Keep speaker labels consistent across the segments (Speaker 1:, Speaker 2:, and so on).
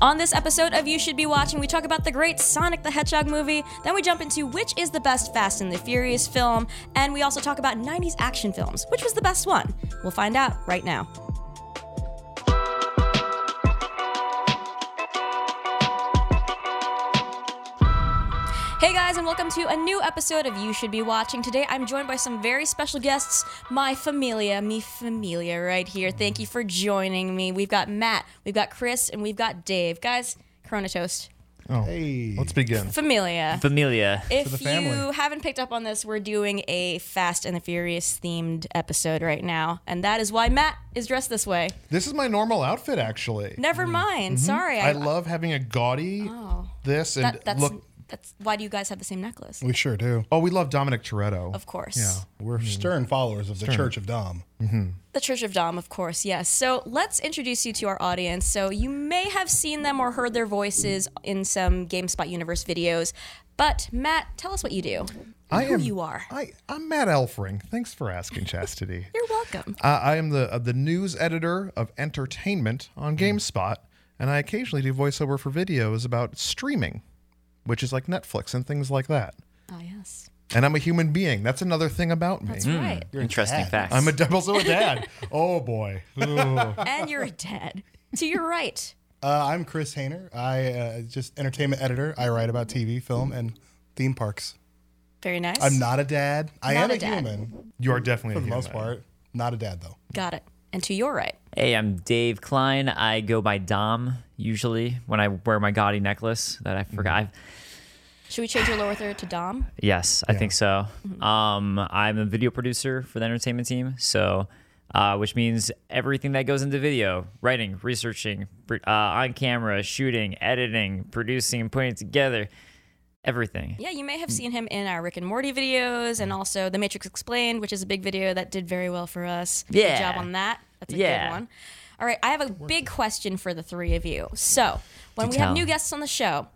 Speaker 1: On this episode of You Should Be Watching, we talk about the great Sonic the Hedgehog movie, then we jump into which is the best Fast and the Furious film, and we also talk about 90s action films. Which was the best one? We'll find out right now. Hey guys, and welcome to a new episode of You Should Be Watching. Today I'm joined by some very special guests, my familia, mi familia right here. Thank you for joining me. We've got Matt, we've got Chris, and we've got Dave. Guys, Corona Toast.
Speaker 2: Oh,
Speaker 3: Hey.
Speaker 2: let's begin.
Speaker 1: Familia.
Speaker 4: Familia.
Speaker 1: If
Speaker 2: the
Speaker 1: you
Speaker 2: family.
Speaker 1: haven't picked up on this, we're doing a Fast and the Furious themed episode right now, and that is why Matt is dressed this way.
Speaker 2: This is my normal outfit, actually.
Speaker 1: Never mind. Sorry.
Speaker 2: Mm-hmm. I love having a gaudy
Speaker 1: Oh.
Speaker 2: this and
Speaker 1: that. That's
Speaker 2: look.
Speaker 1: that's why do you guys have the same necklace?
Speaker 3: We sure do.
Speaker 2: Oh, we love Dominic Toretto.
Speaker 1: Of course.
Speaker 2: Yeah.
Speaker 3: We're
Speaker 1: Mm-hmm.
Speaker 3: stern followers of the Church of Dom.
Speaker 1: The Church of Dom, of course, yes. So let's introduce you to our audience. So you may have seen them or heard their voices in some GameSpot Universe videos. But Matt, tell us what you do.
Speaker 2: I
Speaker 1: who
Speaker 2: am,
Speaker 1: you are.
Speaker 2: I, I'm Matt Elfring. Thanks for asking, Chastity.
Speaker 1: You're welcome.
Speaker 2: uh, I am the uh, the news editor of entertainment on
Speaker 1: Mm.
Speaker 2: GameSpot, and I occasionally do voiceover for videos about streaming, which is like Netflix and things like that.
Speaker 1: Oh yes.
Speaker 2: And I'm a human being. That's another thing about me.
Speaker 1: That's right.
Speaker 4: Interesting
Speaker 3: dad.
Speaker 4: facts.
Speaker 2: I'm a double sword dad. oh boy. Ooh.
Speaker 1: And you're dead. To your right.
Speaker 3: Uh, I'm Chris Hayner. I uh, just entertainment editor. I write about TV, film, and theme parks.
Speaker 1: Very nice.
Speaker 3: I'm not a dad. I
Speaker 1: Not
Speaker 3: am
Speaker 1: a
Speaker 3: a,
Speaker 1: dad.
Speaker 3: human
Speaker 2: You are definitely
Speaker 3: for the
Speaker 2: a
Speaker 3: most
Speaker 2: human.
Speaker 3: part. Not a dad though.
Speaker 1: Got it. And to your right.
Speaker 4: hey, I'm Dave Klein. I go by Dom usually when I wear my gaudy necklace that I forgot. I've-
Speaker 1: Should we change your lower third to Dom?
Speaker 4: Yes, I think so. Um, I'm a video producer for the entertainment team, so uh, which means everything that goes into video, writing, researching, pr- uh, on camera, shooting, editing, producing, and putting it together, everything.
Speaker 1: Yeah, you may have seen him in our Rick and Morty videos and also The Matrix Explained, which is a big video that did very well for us. Good
Speaker 4: Yeah.
Speaker 1: job on that. That's a
Speaker 4: Yeah.
Speaker 1: good one. All right, I have a big question for the three of you. So, when we have
Speaker 4: tell.
Speaker 1: new guests on the show,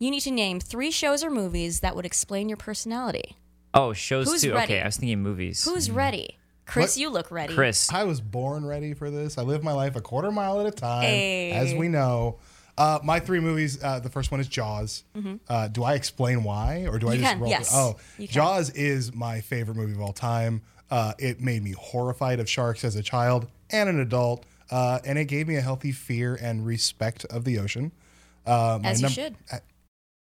Speaker 1: you need to name three shows or movies that would explain your personality.
Speaker 4: Oh, shows
Speaker 1: Who's
Speaker 4: too.
Speaker 1: ready?
Speaker 4: Okay, I was thinking movies.
Speaker 1: Who's ready? Chris,
Speaker 3: What-
Speaker 1: you look ready.
Speaker 4: Hmm. Chris?
Speaker 3: I was born ready for this. I live my life a quarter mile at a time,
Speaker 1: Hey.
Speaker 3: as we know. Uh, my three movies. Uh, the first one is Jaws. Uh, do I explain why, or do
Speaker 1: Mm-hmm.
Speaker 3: I
Speaker 1: You
Speaker 3: just
Speaker 1: can,
Speaker 3: roll?
Speaker 1: yes.
Speaker 3: through- Oh,
Speaker 1: You can.
Speaker 3: Jaws is my favorite movie of all time. Uh, it made me horrified of sharks as a child and an adult, uh, and it gave me a healthy fear and respect of the ocean. Uh, my
Speaker 1: As you
Speaker 3: num-
Speaker 1: should.
Speaker 3: right?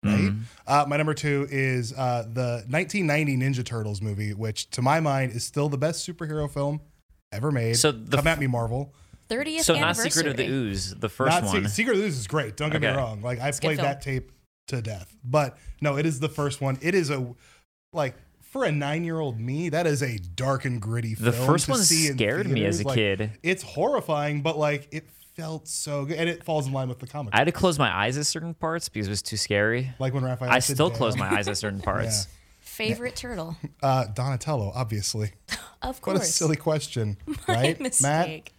Speaker 4: Mm-hmm.
Speaker 3: Uh, my number two is uh, the 1990 Ninja Turtles movie, which to my mind is still the best superhero film ever made.
Speaker 4: So the
Speaker 3: come
Speaker 4: f-
Speaker 3: at me, Marvel.
Speaker 1: 30th
Speaker 4: So not
Speaker 1: anniversary.
Speaker 4: Secret of the Ooze, the first
Speaker 3: Not Se-
Speaker 4: one.
Speaker 3: Secret of the Ooze is great. Don't get
Speaker 4: Okay.
Speaker 3: me wrong. Like I
Speaker 1: a good
Speaker 3: played that tape to death, but no, it is the first one. It is a like for a nine-year-old me, that is a dark and gritty.
Speaker 4: The
Speaker 3: film
Speaker 4: first
Speaker 3: to
Speaker 4: one
Speaker 3: see in
Speaker 4: scared me as
Speaker 3: theaters.
Speaker 4: a
Speaker 3: Like,
Speaker 4: kid.
Speaker 3: It's horrifying, but like it felt so good, and it falls in line with the comic.
Speaker 4: I had to close my eyes at certain parts because it was too scary.
Speaker 3: like when Raphael.
Speaker 4: I
Speaker 3: said,
Speaker 4: still
Speaker 3: "Damn."
Speaker 4: close my eyes at certain parts.
Speaker 1: Favorite turtle.
Speaker 3: Uh, Donatello, obviously.
Speaker 1: Of
Speaker 3: What
Speaker 1: course.
Speaker 3: a silly question, right, Matt?
Speaker 1: Mistake.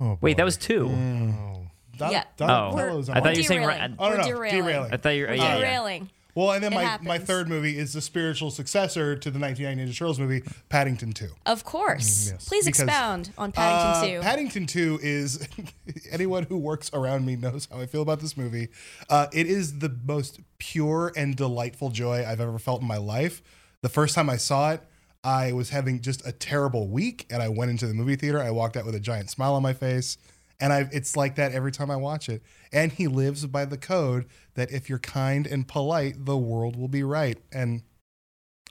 Speaker 2: Oh,
Speaker 4: Wait, that
Speaker 2: boy.
Speaker 4: was two.
Speaker 2: Oh.
Speaker 3: Don-
Speaker 1: Yeah.
Speaker 4: Oh,
Speaker 3: Donatello's
Speaker 4: I
Speaker 3: on
Speaker 4: thought you were
Speaker 3: my-
Speaker 4: saying
Speaker 1: derailing.
Speaker 4: right-
Speaker 3: Oh,
Speaker 1: We're
Speaker 3: no, no,
Speaker 1: derailing.
Speaker 3: derailing.
Speaker 4: I thought you were.
Speaker 1: We're
Speaker 4: Oh, Yeah, yeah.
Speaker 1: derailing.
Speaker 3: Well, and then
Speaker 1: It
Speaker 3: my,
Speaker 1: happens.
Speaker 3: my third movie is the spiritual successor to the 1990 Ninja Turtles movie, Paddington 2.
Speaker 1: Of course.
Speaker 3: yes.
Speaker 1: Please
Speaker 3: Because,
Speaker 1: expound on
Speaker 3: Uh,
Speaker 1: Paddington 2.
Speaker 3: Paddington 2 is anyone who works around me knows how I feel about this movie. Uh, it is the most pure and delightful joy I've ever felt in my life. The first time I saw it, I was having just a terrible week, and I went into the movie theater. I walked out with a giant smile on my face, and I it's like that every time I watch it. And he lives by the code that if you're kind and polite, the world will be right. And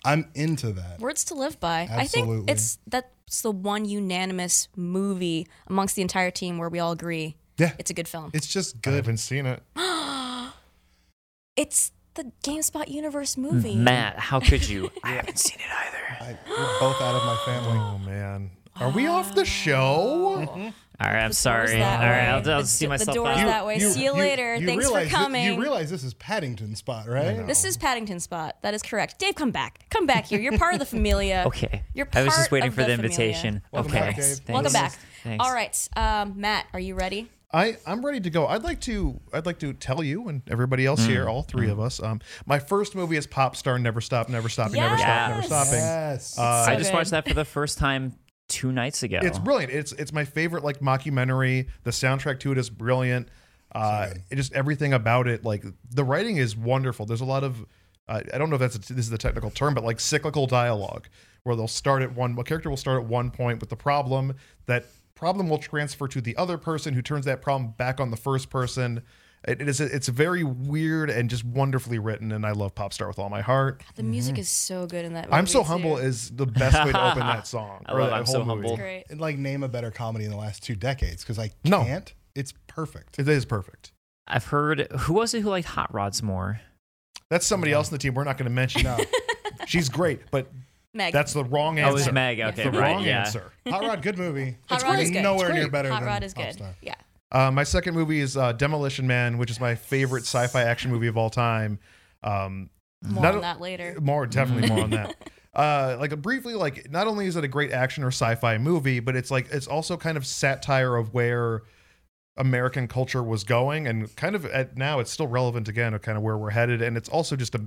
Speaker 3: I'm into that.
Speaker 1: Words to live by. I think
Speaker 3: Absolutely.
Speaker 1: it's that's the one unanimous movie amongst the entire team where we all agree
Speaker 3: Yeah,
Speaker 1: it's a good film.
Speaker 3: it's just
Speaker 2: I
Speaker 3: good.
Speaker 2: haven't seen it.
Speaker 1: It's the GameSpot Universe movie.
Speaker 4: Matt, how could you? I haven't seen it either.
Speaker 3: I, we're both out of my family.
Speaker 2: Oh man, are we off the show?
Speaker 4: All right, I'm
Speaker 1: door's
Speaker 4: sorry.
Speaker 1: that
Speaker 4: All right,
Speaker 1: way.
Speaker 4: I'll, I'll
Speaker 1: The d-
Speaker 4: see
Speaker 1: the
Speaker 4: myself
Speaker 1: door's
Speaker 4: out.
Speaker 1: that way. See you later. Thanks for
Speaker 3: realize thi-
Speaker 1: coming.
Speaker 3: you realize this is Paddington spot, right?
Speaker 1: This is Paddington Spot. That is correct. Dave, come back. Come back here. You're part of the familia.
Speaker 4: Okay.
Speaker 1: You're
Speaker 4: I was
Speaker 1: part
Speaker 4: just waiting
Speaker 1: of
Speaker 4: for the,
Speaker 1: familia.
Speaker 4: invitation.
Speaker 3: Welcome
Speaker 4: okay.
Speaker 3: back, Dave.
Speaker 4: Thanks.
Speaker 1: Welcome back.
Speaker 4: Thanks.
Speaker 1: All right. Um, Matt, are you ready?
Speaker 2: I I'm ready to go. I'd like to I'd like to tell you and everybody else here, all three of us. Um, my first movie is Pop Star. Never stop. Never stopping. Never stop. Never
Speaker 1: Yes.
Speaker 2: stopping. Uh,
Speaker 3: Yes.
Speaker 1: So
Speaker 4: I just
Speaker 1: good.
Speaker 4: watched that for the first time two nights ago.
Speaker 2: It's brilliant. It's it's my favorite like mockumentary. The soundtrack to it is brilliant. Uh, it just everything about it, like the writing is wonderful. There's a lot of, uh, I don't know if that's a, this is the technical term, but like cyclical dialogue, where they'll start at one, a character will start at one point with the problem. That problem will transfer to the other person, who turns that problem back on the first person. It, it is it's very weird and just wonderfully written, and I love Popstar with all my heart.
Speaker 1: The
Speaker 4: Mm-hmm.
Speaker 1: music is so good in that. Movie
Speaker 2: I'm so
Speaker 1: too.
Speaker 2: humble is the best way to open that song.
Speaker 4: I
Speaker 2: or
Speaker 4: love
Speaker 2: that
Speaker 4: I'm
Speaker 2: whole
Speaker 4: so
Speaker 2: movie.
Speaker 4: humble.
Speaker 1: Great.
Speaker 3: And like name a better comedy in the last two decades because I
Speaker 2: No.
Speaker 3: can't. It's perfect.
Speaker 2: It is perfect.
Speaker 4: I've heard who was it who liked hot rods more?
Speaker 2: That's somebody else in the team we're not going to mention.
Speaker 3: No,
Speaker 2: She's great, but
Speaker 1: Meg.
Speaker 2: that's the wrong
Speaker 4: Oh, it
Speaker 2: answer.
Speaker 4: was Meg. Okay,
Speaker 2: the
Speaker 4: right.
Speaker 2: wrong
Speaker 4: yeah.
Speaker 2: answer.
Speaker 3: Hot Rod, good movie.
Speaker 1: Hot
Speaker 3: it's
Speaker 1: Rod
Speaker 3: great.
Speaker 1: is good.
Speaker 3: Nowhere
Speaker 2: It's
Speaker 3: near
Speaker 2: great.
Speaker 3: better
Speaker 1: Hot
Speaker 3: than
Speaker 1: Rod is good.
Speaker 3: Popstar.
Speaker 1: Yeah.
Speaker 2: Uh, my second movie is uh, Demolition Man, which is my favorite sci-fi action movie of all time. Um,
Speaker 4: Mm-hmm.
Speaker 1: More
Speaker 2: Not
Speaker 1: on
Speaker 2: a-
Speaker 1: that later.
Speaker 2: more definitely more on that. Uh, like briefly, like not only is it a great action or sci-fi movie, but it's like it's also kind of satire of where American culture was going, and kind of at now it's still relevant again of kind of where we're headed, and it's also just a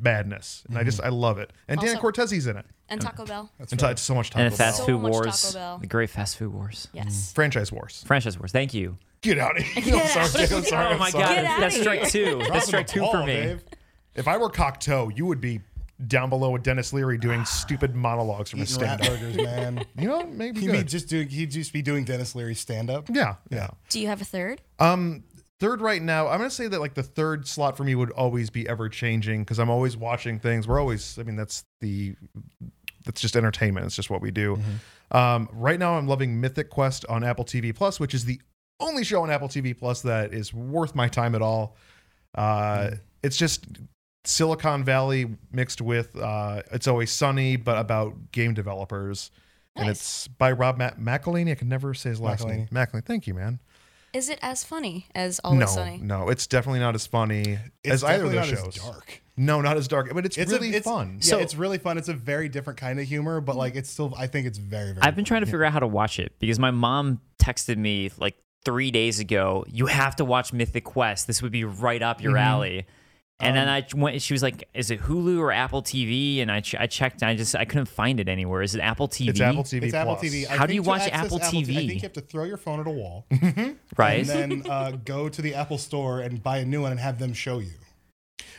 Speaker 2: madness, and I just
Speaker 4: Mm-hmm.
Speaker 2: I love it. And Dan
Speaker 1: Also-
Speaker 2: Cortez's in it,
Speaker 1: And Taco Bell.
Speaker 3: That's
Speaker 2: and
Speaker 3: right.
Speaker 2: it's so much time.
Speaker 4: And the fast
Speaker 1: So
Speaker 4: food
Speaker 1: much Taco
Speaker 4: wars,
Speaker 1: Bell.
Speaker 4: the great fast food wars,
Speaker 1: Yes.
Speaker 2: franchise wars.
Speaker 4: franchise wars. Thank you.
Speaker 2: Get out of here!
Speaker 1: Get
Speaker 2: I'm
Speaker 1: out.
Speaker 2: sorry. I'm sorry,
Speaker 4: oh
Speaker 2: I'm
Speaker 4: my
Speaker 2: sorry.
Speaker 1: Get
Speaker 4: god,
Speaker 1: outta
Speaker 4: that's
Speaker 1: here.
Speaker 4: strike two. That's strike two for
Speaker 3: Ball,
Speaker 4: me.
Speaker 3: Dave.
Speaker 2: If I were Cocteau, you would be down below with Dennis Leary doing stupid monologues from a
Speaker 3: Eating rat
Speaker 2: stand up.
Speaker 3: burgers, man.
Speaker 2: You know, maybe
Speaker 3: He
Speaker 2: good.
Speaker 3: would just doing. He'd just be doing Dennis Leary stand up.
Speaker 2: yeah, yeah.
Speaker 1: Do you have a third?
Speaker 2: Um, Third right now, I'm gonna say that like the third slot for me would always be ever changing because I'm always watching things. We're always, I mean, that's the that's just entertainment. It's just what we do. Um, right now, I'm loving Mythic Quest on Apple TV Plus, which is the only show on Apple TV Plus that is worth my time at all. Uh, It's just Silicon Valley mixed with uh, It's Always Sunny, but about game developers. And
Speaker 1: Nice.
Speaker 2: it's by Rob Ma- McElhaney. I can never say his last name. McElhaney. Thank you, man.
Speaker 1: Is it as funny as Always
Speaker 2: no,
Speaker 1: Sunny?
Speaker 2: no, it's definitely not as funny
Speaker 3: It's
Speaker 2: as either of those
Speaker 3: definitely not
Speaker 2: shows.
Speaker 3: as dark.
Speaker 2: No, not as dark, but it's,
Speaker 3: It's
Speaker 2: really
Speaker 3: a, it's,
Speaker 2: fun.
Speaker 3: Yeah,
Speaker 4: So-
Speaker 3: it's really fun. It's a very different kind of humor, but like it's still. I think it's very very.
Speaker 4: I've been trying to figure out how to watch it because my mom texted me like three days ago. You have to watch Mythic Quest. This would be right up your
Speaker 2: Mm-hmm.
Speaker 4: alley. And
Speaker 2: Um,
Speaker 4: then I went. She was like, "Is it Hulu or Apple TV?" And I, ch- I checked. And I just I couldn't find it anywhere. Is it Apple TV?
Speaker 2: It's Apple TV.
Speaker 3: It's Apple
Speaker 2: Plus.
Speaker 3: TV. I
Speaker 4: How do
Speaker 3: think
Speaker 4: you
Speaker 3: to
Speaker 4: watch
Speaker 3: access
Speaker 4: Apple
Speaker 3: I
Speaker 4: TV?
Speaker 3: think you have to throw your phone at a wall
Speaker 4: right?
Speaker 3: and then uh, go to the Apple Store and buy a new one and have them show you.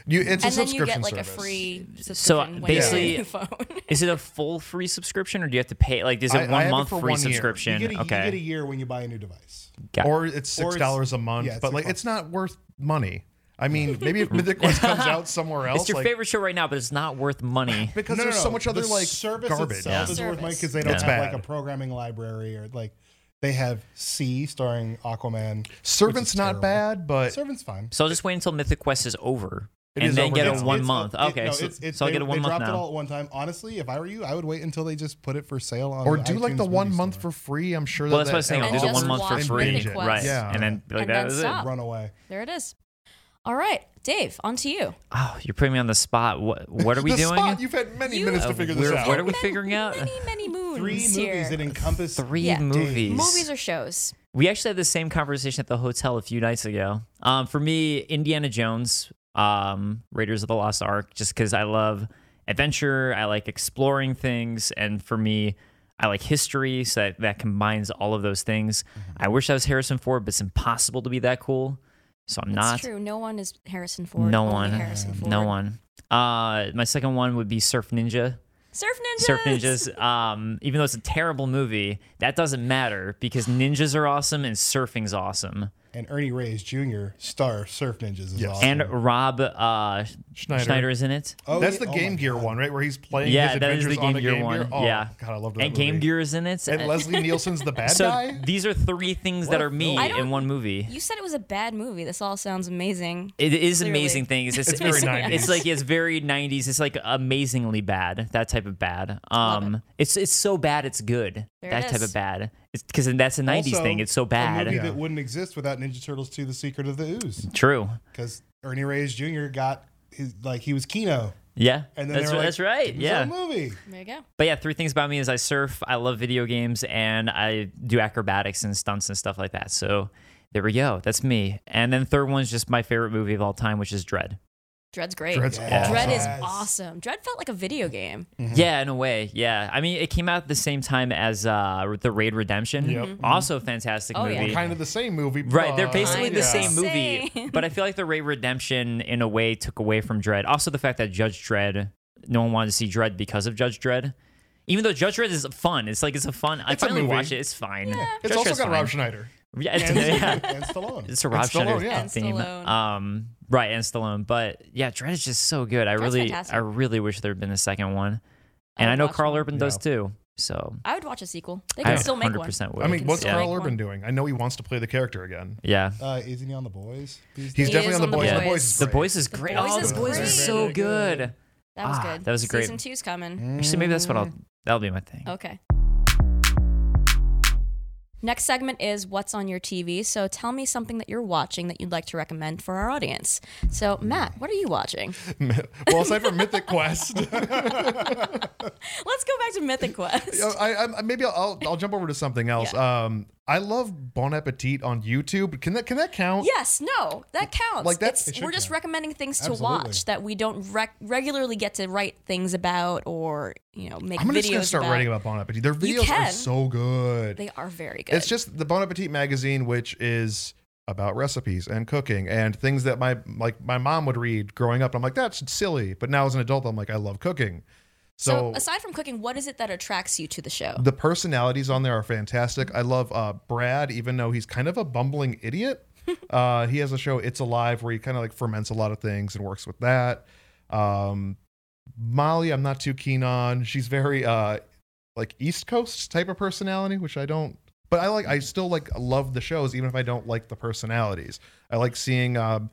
Speaker 2: You, it's a
Speaker 1: And then you
Speaker 2: subscription
Speaker 1: get like
Speaker 2: service.
Speaker 1: a free subscription when
Speaker 4: uh, basically-
Speaker 1: you get a new phone.
Speaker 4: Is it a full free subscription or do you have to pay? Like, is it
Speaker 2: I- I
Speaker 4: one
Speaker 2: have it
Speaker 4: month
Speaker 2: for
Speaker 4: free
Speaker 2: one year. You
Speaker 4: subscription?
Speaker 3: You get, a,
Speaker 4: okay.
Speaker 3: you get a year when you buy a new device.
Speaker 4: Got-
Speaker 2: or it's
Speaker 3: Or
Speaker 2: six
Speaker 3: it's-
Speaker 2: dollars a month,
Speaker 3: yeah, it's
Speaker 2: but
Speaker 3: a
Speaker 2: like
Speaker 3: month.
Speaker 2: it's not worth money. I mean, maybe if Mythic Quest comes out somewhere else,
Speaker 4: it's your
Speaker 2: like,
Speaker 4: favorite show right now, but it's not worth money.
Speaker 2: because there's so much other
Speaker 3: the
Speaker 2: like
Speaker 3: service
Speaker 2: garbage.
Speaker 3: itself
Speaker 4: Yeah.
Speaker 3: is worth money because they
Speaker 1: Service.
Speaker 3: don't
Speaker 2: It's
Speaker 3: have
Speaker 2: bad.
Speaker 3: like a programming library or like they have C starring Aquaman.
Speaker 2: Servant's
Speaker 3: which is
Speaker 2: not
Speaker 3: terrible.
Speaker 2: bad, but
Speaker 3: Servant's fine.
Speaker 4: So I'll just wait until Mythic Quest is over
Speaker 2: It
Speaker 4: and
Speaker 2: is
Speaker 4: then
Speaker 2: over
Speaker 4: get
Speaker 2: now.
Speaker 4: a
Speaker 2: It's-
Speaker 4: one
Speaker 3: It's-
Speaker 4: month.
Speaker 3: it-
Speaker 4: okay,
Speaker 3: no,
Speaker 4: so,
Speaker 3: it's- it's-
Speaker 4: so I'll
Speaker 3: they-
Speaker 4: get a
Speaker 3: they
Speaker 4: one month
Speaker 3: dropped it all
Speaker 4: now.
Speaker 3: at one time. Honestly, if I were you, I would wait until they just put it for sale on
Speaker 2: or do like
Speaker 3: iTunes
Speaker 2: the one
Speaker 3: movie
Speaker 2: month
Speaker 3: store.
Speaker 2: for free. I'm sure.
Speaker 4: Well,
Speaker 2: that
Speaker 4: that's what I was saying.
Speaker 2: that
Speaker 4: I'll do the
Speaker 1: And
Speaker 4: one
Speaker 1: just
Speaker 4: month for
Speaker 1: watch
Speaker 4: free,
Speaker 1: Mythic
Speaker 4: right?
Speaker 1: Quest.
Speaker 4: And then like,
Speaker 1: And
Speaker 4: that
Speaker 1: then
Speaker 4: was
Speaker 1: stop.
Speaker 4: it.
Speaker 3: Run away.
Speaker 1: there it is. All right, Dave, on to you.
Speaker 4: Oh, you're putting me on the spot. What What are we
Speaker 2: the
Speaker 4: doing?
Speaker 2: Spot, you've had many
Speaker 1: You-
Speaker 2: minutes to
Speaker 1: Uh,
Speaker 2: figure this
Speaker 4: we're-
Speaker 2: out.
Speaker 4: what are we figuring out?
Speaker 1: Many, many moons
Speaker 3: Three movies
Speaker 1: here.
Speaker 3: that encompass
Speaker 4: Three
Speaker 1: Yeah.
Speaker 4: movies.
Speaker 1: Movies or shows?
Speaker 4: we actually had the same conversation at the hotel a few nights ago. Um, for me, Indiana Jones, um, Raiders of the Lost Ark, just because I love adventure, I like exploring things, and for me, I like history, so that, that combines all of those things. I wish I was Harrison Ford, but it's impossible to be that cool, so I'm
Speaker 1: That's
Speaker 4: not.
Speaker 1: true. No one is Harrison Ford.
Speaker 4: No
Speaker 1: Only
Speaker 4: one.
Speaker 1: Harrison Ford.
Speaker 4: No one. Uh, my second one would be Surf Ninja.
Speaker 1: Surf ninjas.
Speaker 4: Surf Ninjas. Um, even though it's a terrible movie, that doesn't matter because ninjas are awesome and surfing's awesome.
Speaker 3: and Ernie Reyes Jr. star Surf Ninjas is awesome.
Speaker 4: And Rob uh,
Speaker 2: Schneider.
Speaker 4: Schneider. is in it.
Speaker 3: Oh,
Speaker 2: That's
Speaker 3: yeah.
Speaker 2: the
Speaker 3: Oh
Speaker 2: Game
Speaker 3: my
Speaker 2: Gear
Speaker 3: God.
Speaker 2: one, right? Where he's playing
Speaker 4: yeah,
Speaker 2: his
Speaker 4: that is
Speaker 2: adventures
Speaker 4: the Game
Speaker 2: on a
Speaker 4: Gear
Speaker 2: Game
Speaker 4: one.
Speaker 2: Gear. Oh,
Speaker 4: yeah.
Speaker 2: God, I love that.
Speaker 4: And
Speaker 2: movie.
Speaker 4: Game Gear is in it.
Speaker 2: And Leslie Nielsen's the bad
Speaker 4: so
Speaker 2: guy.
Speaker 4: these are three things that
Speaker 3: What
Speaker 4: are me
Speaker 1: I don't-
Speaker 4: in one movie.
Speaker 1: You said it was a bad movie. This all sounds amazing.
Speaker 4: It is
Speaker 1: Clearly.
Speaker 4: amazing things. It's,
Speaker 2: It's very 90s.
Speaker 4: It's like it's very 90s. It's like amazingly bad. That type of bad. Um, it's it's so bad it's good.
Speaker 1: There
Speaker 4: that
Speaker 1: it
Speaker 4: type
Speaker 1: is.
Speaker 4: of bad. It's because that's a 90s
Speaker 3: Also,
Speaker 4: thing. It's so bad.
Speaker 3: A movie that wouldn't exist without Ninja Turtles 2: The Secret of the Ooze,
Speaker 4: True.
Speaker 3: because Ernie Reyes Jr. got his like he was Kino,
Speaker 4: Yeah.
Speaker 3: and then
Speaker 4: that's,
Speaker 3: they were like,
Speaker 4: that's right.
Speaker 3: "Give us
Speaker 4: Yeah.
Speaker 3: a movie.
Speaker 1: There you go.
Speaker 4: But yeah, three things about me is I surf, I love video games, and I do acrobatics and stunts and stuff like that. So there we go. That's me. And then third one's just my favorite movie of all time, which is Dread.
Speaker 1: Dread's great.
Speaker 2: Dread's
Speaker 3: Yeah.
Speaker 1: Dread is
Speaker 3: Yes.
Speaker 1: awesome. Dread felt like a video game.
Speaker 4: Yeah, in a way. Yeah. I mean, it came out at the same time as uh, The Raid Redemption.
Speaker 2: Yep.
Speaker 4: Also, a fantastic
Speaker 1: Mm-hmm. Oh, yeah.
Speaker 4: movie.
Speaker 2: Kind of the same movie.
Speaker 4: Right, they're
Speaker 2: but-
Speaker 4: basically the
Speaker 1: Kinda.
Speaker 4: same movie,
Speaker 1: Same.
Speaker 4: but I feel like the Ray Redemption in a way took away from Dread. Also, the fact that Judge Dread, no one wanted to see Dread because of Judge Dread, even though Judge Dread is fun. It's like it's a fun. I
Speaker 2: It's a
Speaker 4: finally
Speaker 2: movie.
Speaker 4: watched it. It's fine.
Speaker 2: It's
Speaker 4: Judge
Speaker 2: also
Speaker 4: Dredd's
Speaker 2: got Rob
Speaker 4: fine.
Speaker 2: Schneider.
Speaker 4: Yeah, it's,
Speaker 3: and,
Speaker 4: yeah.
Speaker 3: and Stallone.
Speaker 4: It's a Rob
Speaker 2: And Stallone,
Speaker 4: Schneider
Speaker 2: yeah.
Speaker 1: And
Speaker 4: theme.
Speaker 1: Stallone.
Speaker 4: Um, right, and Stallone. But yeah, Dread is just so good. I
Speaker 1: Dread's
Speaker 4: really,
Speaker 1: fantastic.
Speaker 4: I really wish there had been a second one. And
Speaker 1: I
Speaker 4: I, know
Speaker 1: watched
Speaker 4: Carl
Speaker 1: one.
Speaker 4: Urban does too. So
Speaker 1: I would watch a sequel. They
Speaker 4: I
Speaker 1: can still make one.
Speaker 4: 100% would.
Speaker 2: I mean,
Speaker 1: can
Speaker 2: what's
Speaker 1: still
Speaker 2: Carl
Speaker 1: make
Speaker 2: Urban
Speaker 1: one.
Speaker 2: doing? I know he wants to play the character again.
Speaker 4: yeah.
Speaker 3: Uh, isn't he on the boys?
Speaker 2: He's
Speaker 3: these days?
Speaker 1: def-
Speaker 2: definitely
Speaker 1: is
Speaker 2: on the boys.
Speaker 4: Yeah.
Speaker 2: The boys is
Speaker 4: The
Speaker 2: great.
Speaker 4: boys is great.
Speaker 1: Boys
Speaker 4: oh,
Speaker 1: is
Speaker 4: the boys
Speaker 1: great.
Speaker 4: are so good.
Speaker 1: That was
Speaker 4: Ah,
Speaker 1: good.
Speaker 4: that was a great- Mm.
Speaker 1: Season two's coming.
Speaker 4: Actually, maybe that's what I'll.
Speaker 1: Mm.
Speaker 4: That'll be my thing.
Speaker 1: Okay. Next segment is what's on your TV. So tell me something that you're watching that you'd like to recommend for our audience. So Matt, what are you watching?
Speaker 2: well, aside from Mythic Quest,
Speaker 1: Let's go back to Mythic Quest.
Speaker 2: I, I maybe I'll I'll jump over to something else. Um, I love Bon Appetit on YouTube. Can that can that count?
Speaker 1: Yes, no, that counts.
Speaker 2: Like, that's-
Speaker 1: It's-
Speaker 2: it should
Speaker 1: we're just
Speaker 3: count.
Speaker 1: recommending things to
Speaker 3: Absolutely.
Speaker 1: watch that we don't rec- regularly get to write things about or you know make
Speaker 2: I'm
Speaker 1: videos
Speaker 2: just gonna start
Speaker 1: about.
Speaker 2: writing about Bon Appetit. Their
Speaker 1: You
Speaker 2: videos are
Speaker 1: can.
Speaker 2: so good.
Speaker 1: They are very good.
Speaker 2: It's just the Bon Appetit magazine, which is about recipes and cooking and things that my like my mom would read growing up. I'm like, that's silly. But now as an adult, I'm like, I love cooking.
Speaker 1: so,
Speaker 2: So,
Speaker 1: aside from cooking, what is it that attracts you to the show?
Speaker 2: the personalities on there are fantastic. I love uh, Brad, even though he's kind of a bumbling idiot. uh, he has a show, It's Alive, where he kind of like ferments a lot of things and works with that. Um, Molly, I'm not too keen on. She's very uh, like East Coast type of personality, which I don't. But I like. I still like love the shows, even if I don't like the personalities. I like seeing. Um,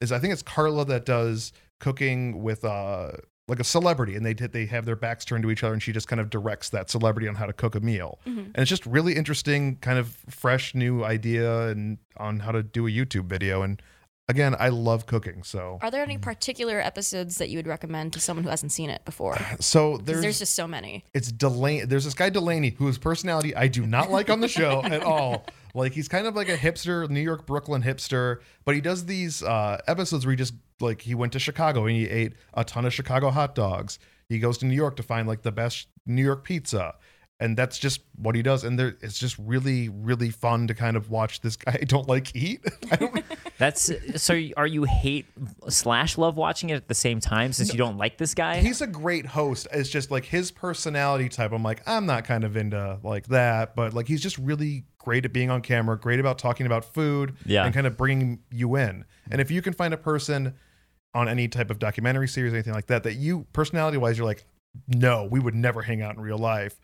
Speaker 2: is I think it's Carla that does cooking with uh like a celebrity, and they did they have their backs turned to each other, and she just kind of directs that celebrity on how to cook a meal, and it's just really interesting, kind of fresh new idea, and on how to do a YouTube video. And again, I love cooking, so
Speaker 1: Are there any particular episodes that you would recommend to someone who hasn't seen it before? 'Cause
Speaker 2: so
Speaker 1: There's,
Speaker 2: there's,
Speaker 1: just so many.
Speaker 2: it's Delaney. There's this guy Delaney whose personality I do not like on the show at all. Like he's kind of like a hipster, New York, Brooklyn hipster, but he does these uh, episodes where he just like he went to Chicago and he ate a ton of Chicago hot dogs. He goes to New York to find like the best New York pizza, and that's just what he does. And there, it's just really, really fun to kind of watch this guy I don't like eat. I don't,
Speaker 4: That's so. you- Are you hate slash love watching it at the same time since you don't like this guy?
Speaker 2: he's a great host. It's just like his personality type. I'm like, I'm not kind of into like that, but like he's just really great at being on camera, great about talking about food,
Speaker 4: Yeah.
Speaker 2: and kind of bringing you in. And if you can find a person on any type of documentary series, anything like that, that you personality wise, you're like, no, we would never hang out in real life,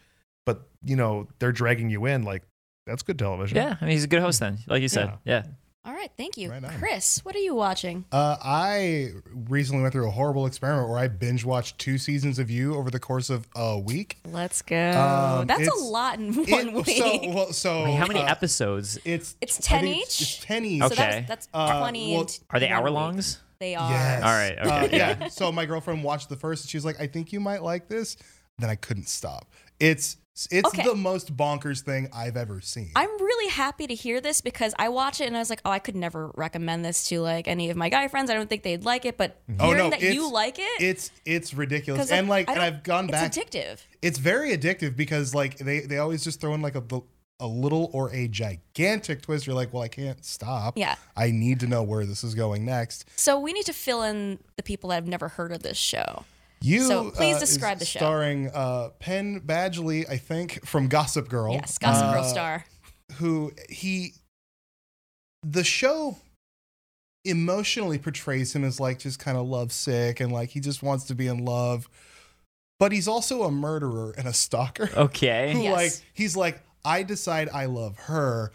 Speaker 2: but you know they're dragging you in. Like that's good television.
Speaker 4: yeah, I mean, he's a good host then, like you said. Yeah.
Speaker 1: All right, thank you,
Speaker 3: Right on.
Speaker 1: Chris. What are you watching?
Speaker 3: Uh, I recently went through a horrible experiment where I binge watched two seasons of you over the course of a week.
Speaker 1: Let's go.
Speaker 3: Um,
Speaker 1: That's a
Speaker 3: it's-
Speaker 1: lot in one
Speaker 3: It-
Speaker 1: week.
Speaker 3: So, well, so
Speaker 4: Like, how many
Speaker 3: uh,
Speaker 4: episodes?
Speaker 3: It's
Speaker 1: It's
Speaker 3: I
Speaker 1: 10
Speaker 3: think it's-
Speaker 1: each?
Speaker 3: It's ten each.
Speaker 1: So
Speaker 4: Okay.
Speaker 1: that's, that's
Speaker 3: Uh,
Speaker 1: 20
Speaker 3: well-
Speaker 1: and
Speaker 4: Are they
Speaker 1: one
Speaker 4: hour
Speaker 1: week.
Speaker 4: longs?
Speaker 1: They are.
Speaker 3: Yes.
Speaker 4: All right,
Speaker 3: Uh,
Speaker 4: okay.
Speaker 3: yeah. so my girlfriend watched the first. and She was like, "I think you might like this." Then I couldn't stop. It's it's
Speaker 1: Okay.
Speaker 3: the most bonkers thing I've ever seen.
Speaker 1: I'm really happy to hear this because I watch it and I was like, oh, I could never recommend this to like any of my guy friends. I don't think they'd like it, but
Speaker 3: Oh,
Speaker 1: hearing
Speaker 3: no,
Speaker 1: that
Speaker 3: it's-
Speaker 1: you like it,
Speaker 3: it's it's ridiculous,
Speaker 1: 'cause,
Speaker 3: and like,
Speaker 1: I
Speaker 3: and
Speaker 1: don't-
Speaker 3: I've gone back.
Speaker 1: It's addictive.
Speaker 3: it's very addictive because like they they always just throw in like a a little or a gigantic twist. You're like, well, I can't stop.
Speaker 1: Yeah.
Speaker 3: I need to know where this is going next.
Speaker 1: So we need to fill in the people that have never heard of this show.
Speaker 3: You
Speaker 1: So please
Speaker 3: uh,
Speaker 1: describe
Speaker 3: is
Speaker 1: the show.
Speaker 3: Starring uh, Penn Badgley, I think, from Gossip Girl.
Speaker 1: Yes, Gossip Girl
Speaker 3: uh,
Speaker 1: star.
Speaker 3: Who he the show emotionally portrays him as like just kind of lovesick and like he just wants to be in love. But he's also a murderer and a stalker.
Speaker 4: Okay.
Speaker 3: who
Speaker 1: Yes.
Speaker 3: like he's like i decide i love her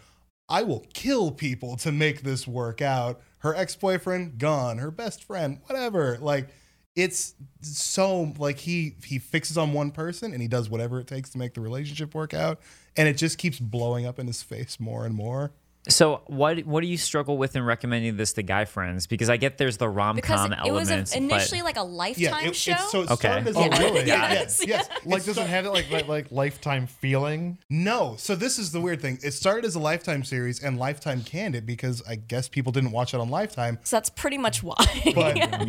Speaker 3: i will kill people to make this work out her ex-boyfriend gone her best friend whatever like it's so like he he fixes on one person and he does whatever it takes to make the relationship work out and it just keeps blowing up in his face more and more
Speaker 4: So what what do you struggle with in recommending this to guy friends? Because I get there's the rom
Speaker 1: because
Speaker 4: com
Speaker 1: it was
Speaker 4: element.
Speaker 1: a, initially
Speaker 4: but,
Speaker 1: like a lifetime
Speaker 3: it,
Speaker 1: show.
Speaker 3: It's, so it
Speaker 4: Okay.
Speaker 3: started as a
Speaker 2: Oh,
Speaker 3: lifetime-
Speaker 2: really?
Speaker 3: Yeah,
Speaker 1: Yes,
Speaker 3: yes, yes.
Speaker 2: Like,
Speaker 3: It
Speaker 2: doesn't
Speaker 3: start-
Speaker 2: have it like, like like lifetime feeling.
Speaker 3: No. So this is the weird thing. It started as a Lifetime series, and Lifetime canned it because I guess people didn't watch it on Lifetime.
Speaker 1: so that's pretty much why.
Speaker 3: But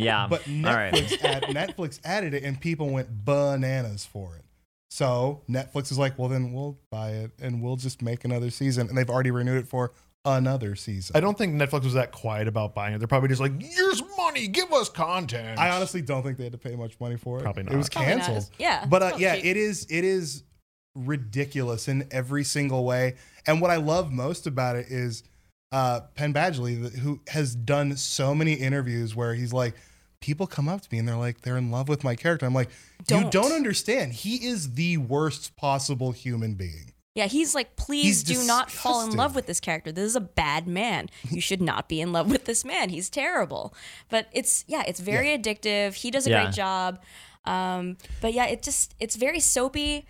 Speaker 4: yeah.
Speaker 3: but
Speaker 4: All right.
Speaker 3: Netflix, add, Netflix added it, and people went bananas for it. So Netflix is like, well, then we'll buy it, and we'll just make another season. And they've already renewed it for another season.
Speaker 2: I don't think Netflix was that quiet about buying it. They're probably just like, here's money, give us content.
Speaker 3: I honestly don't think they had to pay much money for it.
Speaker 2: Probably
Speaker 3: It
Speaker 2: not.
Speaker 3: was
Speaker 1: Probably not.
Speaker 3: canceled.
Speaker 1: Yeah.
Speaker 3: But uh,
Speaker 1: That was
Speaker 3: yeah,
Speaker 1: cheap.
Speaker 3: it is it is ridiculous in every single way. And what I love most about it is uh, Penn Badgley, th- who has done so many interviews where he's like, people come up to me and they're like, they're in love with my character. I'm like, you
Speaker 1: Don't.
Speaker 3: don't understand. He is the worst possible human being.
Speaker 1: yeah, he's like, please
Speaker 3: He's
Speaker 1: do not fall in
Speaker 3: disgusting.
Speaker 1: love with this character. This is a bad man. You should not be in love with this man. He's terrible. But it's yeah, it's very addictive. He does a
Speaker 4: Yeah.
Speaker 1: great job. Um, but yeah, it just it's very soapy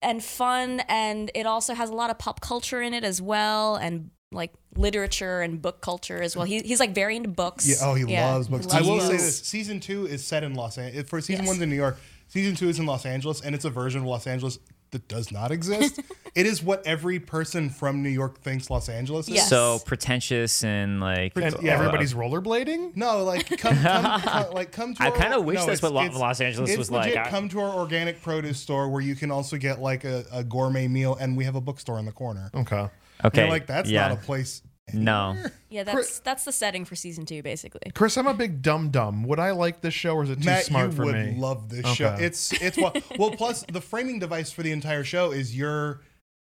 Speaker 1: and fun, and it also has a lot of pop culture in it as well, and like literature and book culture as well. He, he's like very into books.
Speaker 3: Yeah. Oh, he loves books. I will say
Speaker 1: loves
Speaker 3: this: season two is set in Los Angeles. For season
Speaker 1: Yes.
Speaker 3: one's in New York, season two is in Los Angeles, and it's a version of Los Angeles that does not exist. it is what every person from New York thinks Los Angeles is.
Speaker 1: Yes.
Speaker 4: So pretentious and like
Speaker 2: and
Speaker 3: yeah.
Speaker 2: everybody's rollerblading.
Speaker 3: No, like come, come, come like come to.
Speaker 4: I
Speaker 3: our-
Speaker 4: kinda wish
Speaker 3: no,
Speaker 4: that's
Speaker 3: it's-
Speaker 4: what Lo-
Speaker 3: it's-
Speaker 4: Los Angeles
Speaker 3: it's
Speaker 4: was
Speaker 3: legit,
Speaker 4: like. I-
Speaker 3: Come to our organic produce store where you can also get like a, a gourmet meal, and we have a bookstore in the corner.
Speaker 2: Okay.
Speaker 4: okay.
Speaker 3: You're like that's
Speaker 4: yeah.
Speaker 3: not a place.
Speaker 4: No.
Speaker 1: Yeah, that's that's the setting for season two, basically.
Speaker 2: Chris, I'm a big dum dum. Would I like this show or is it too
Speaker 3: Matt,
Speaker 2: smart
Speaker 3: you
Speaker 2: for
Speaker 3: would
Speaker 2: me?
Speaker 3: love this show.
Speaker 2: Okay.
Speaker 3: It's it's wa- well. Plus, the framing device for the entire show is you're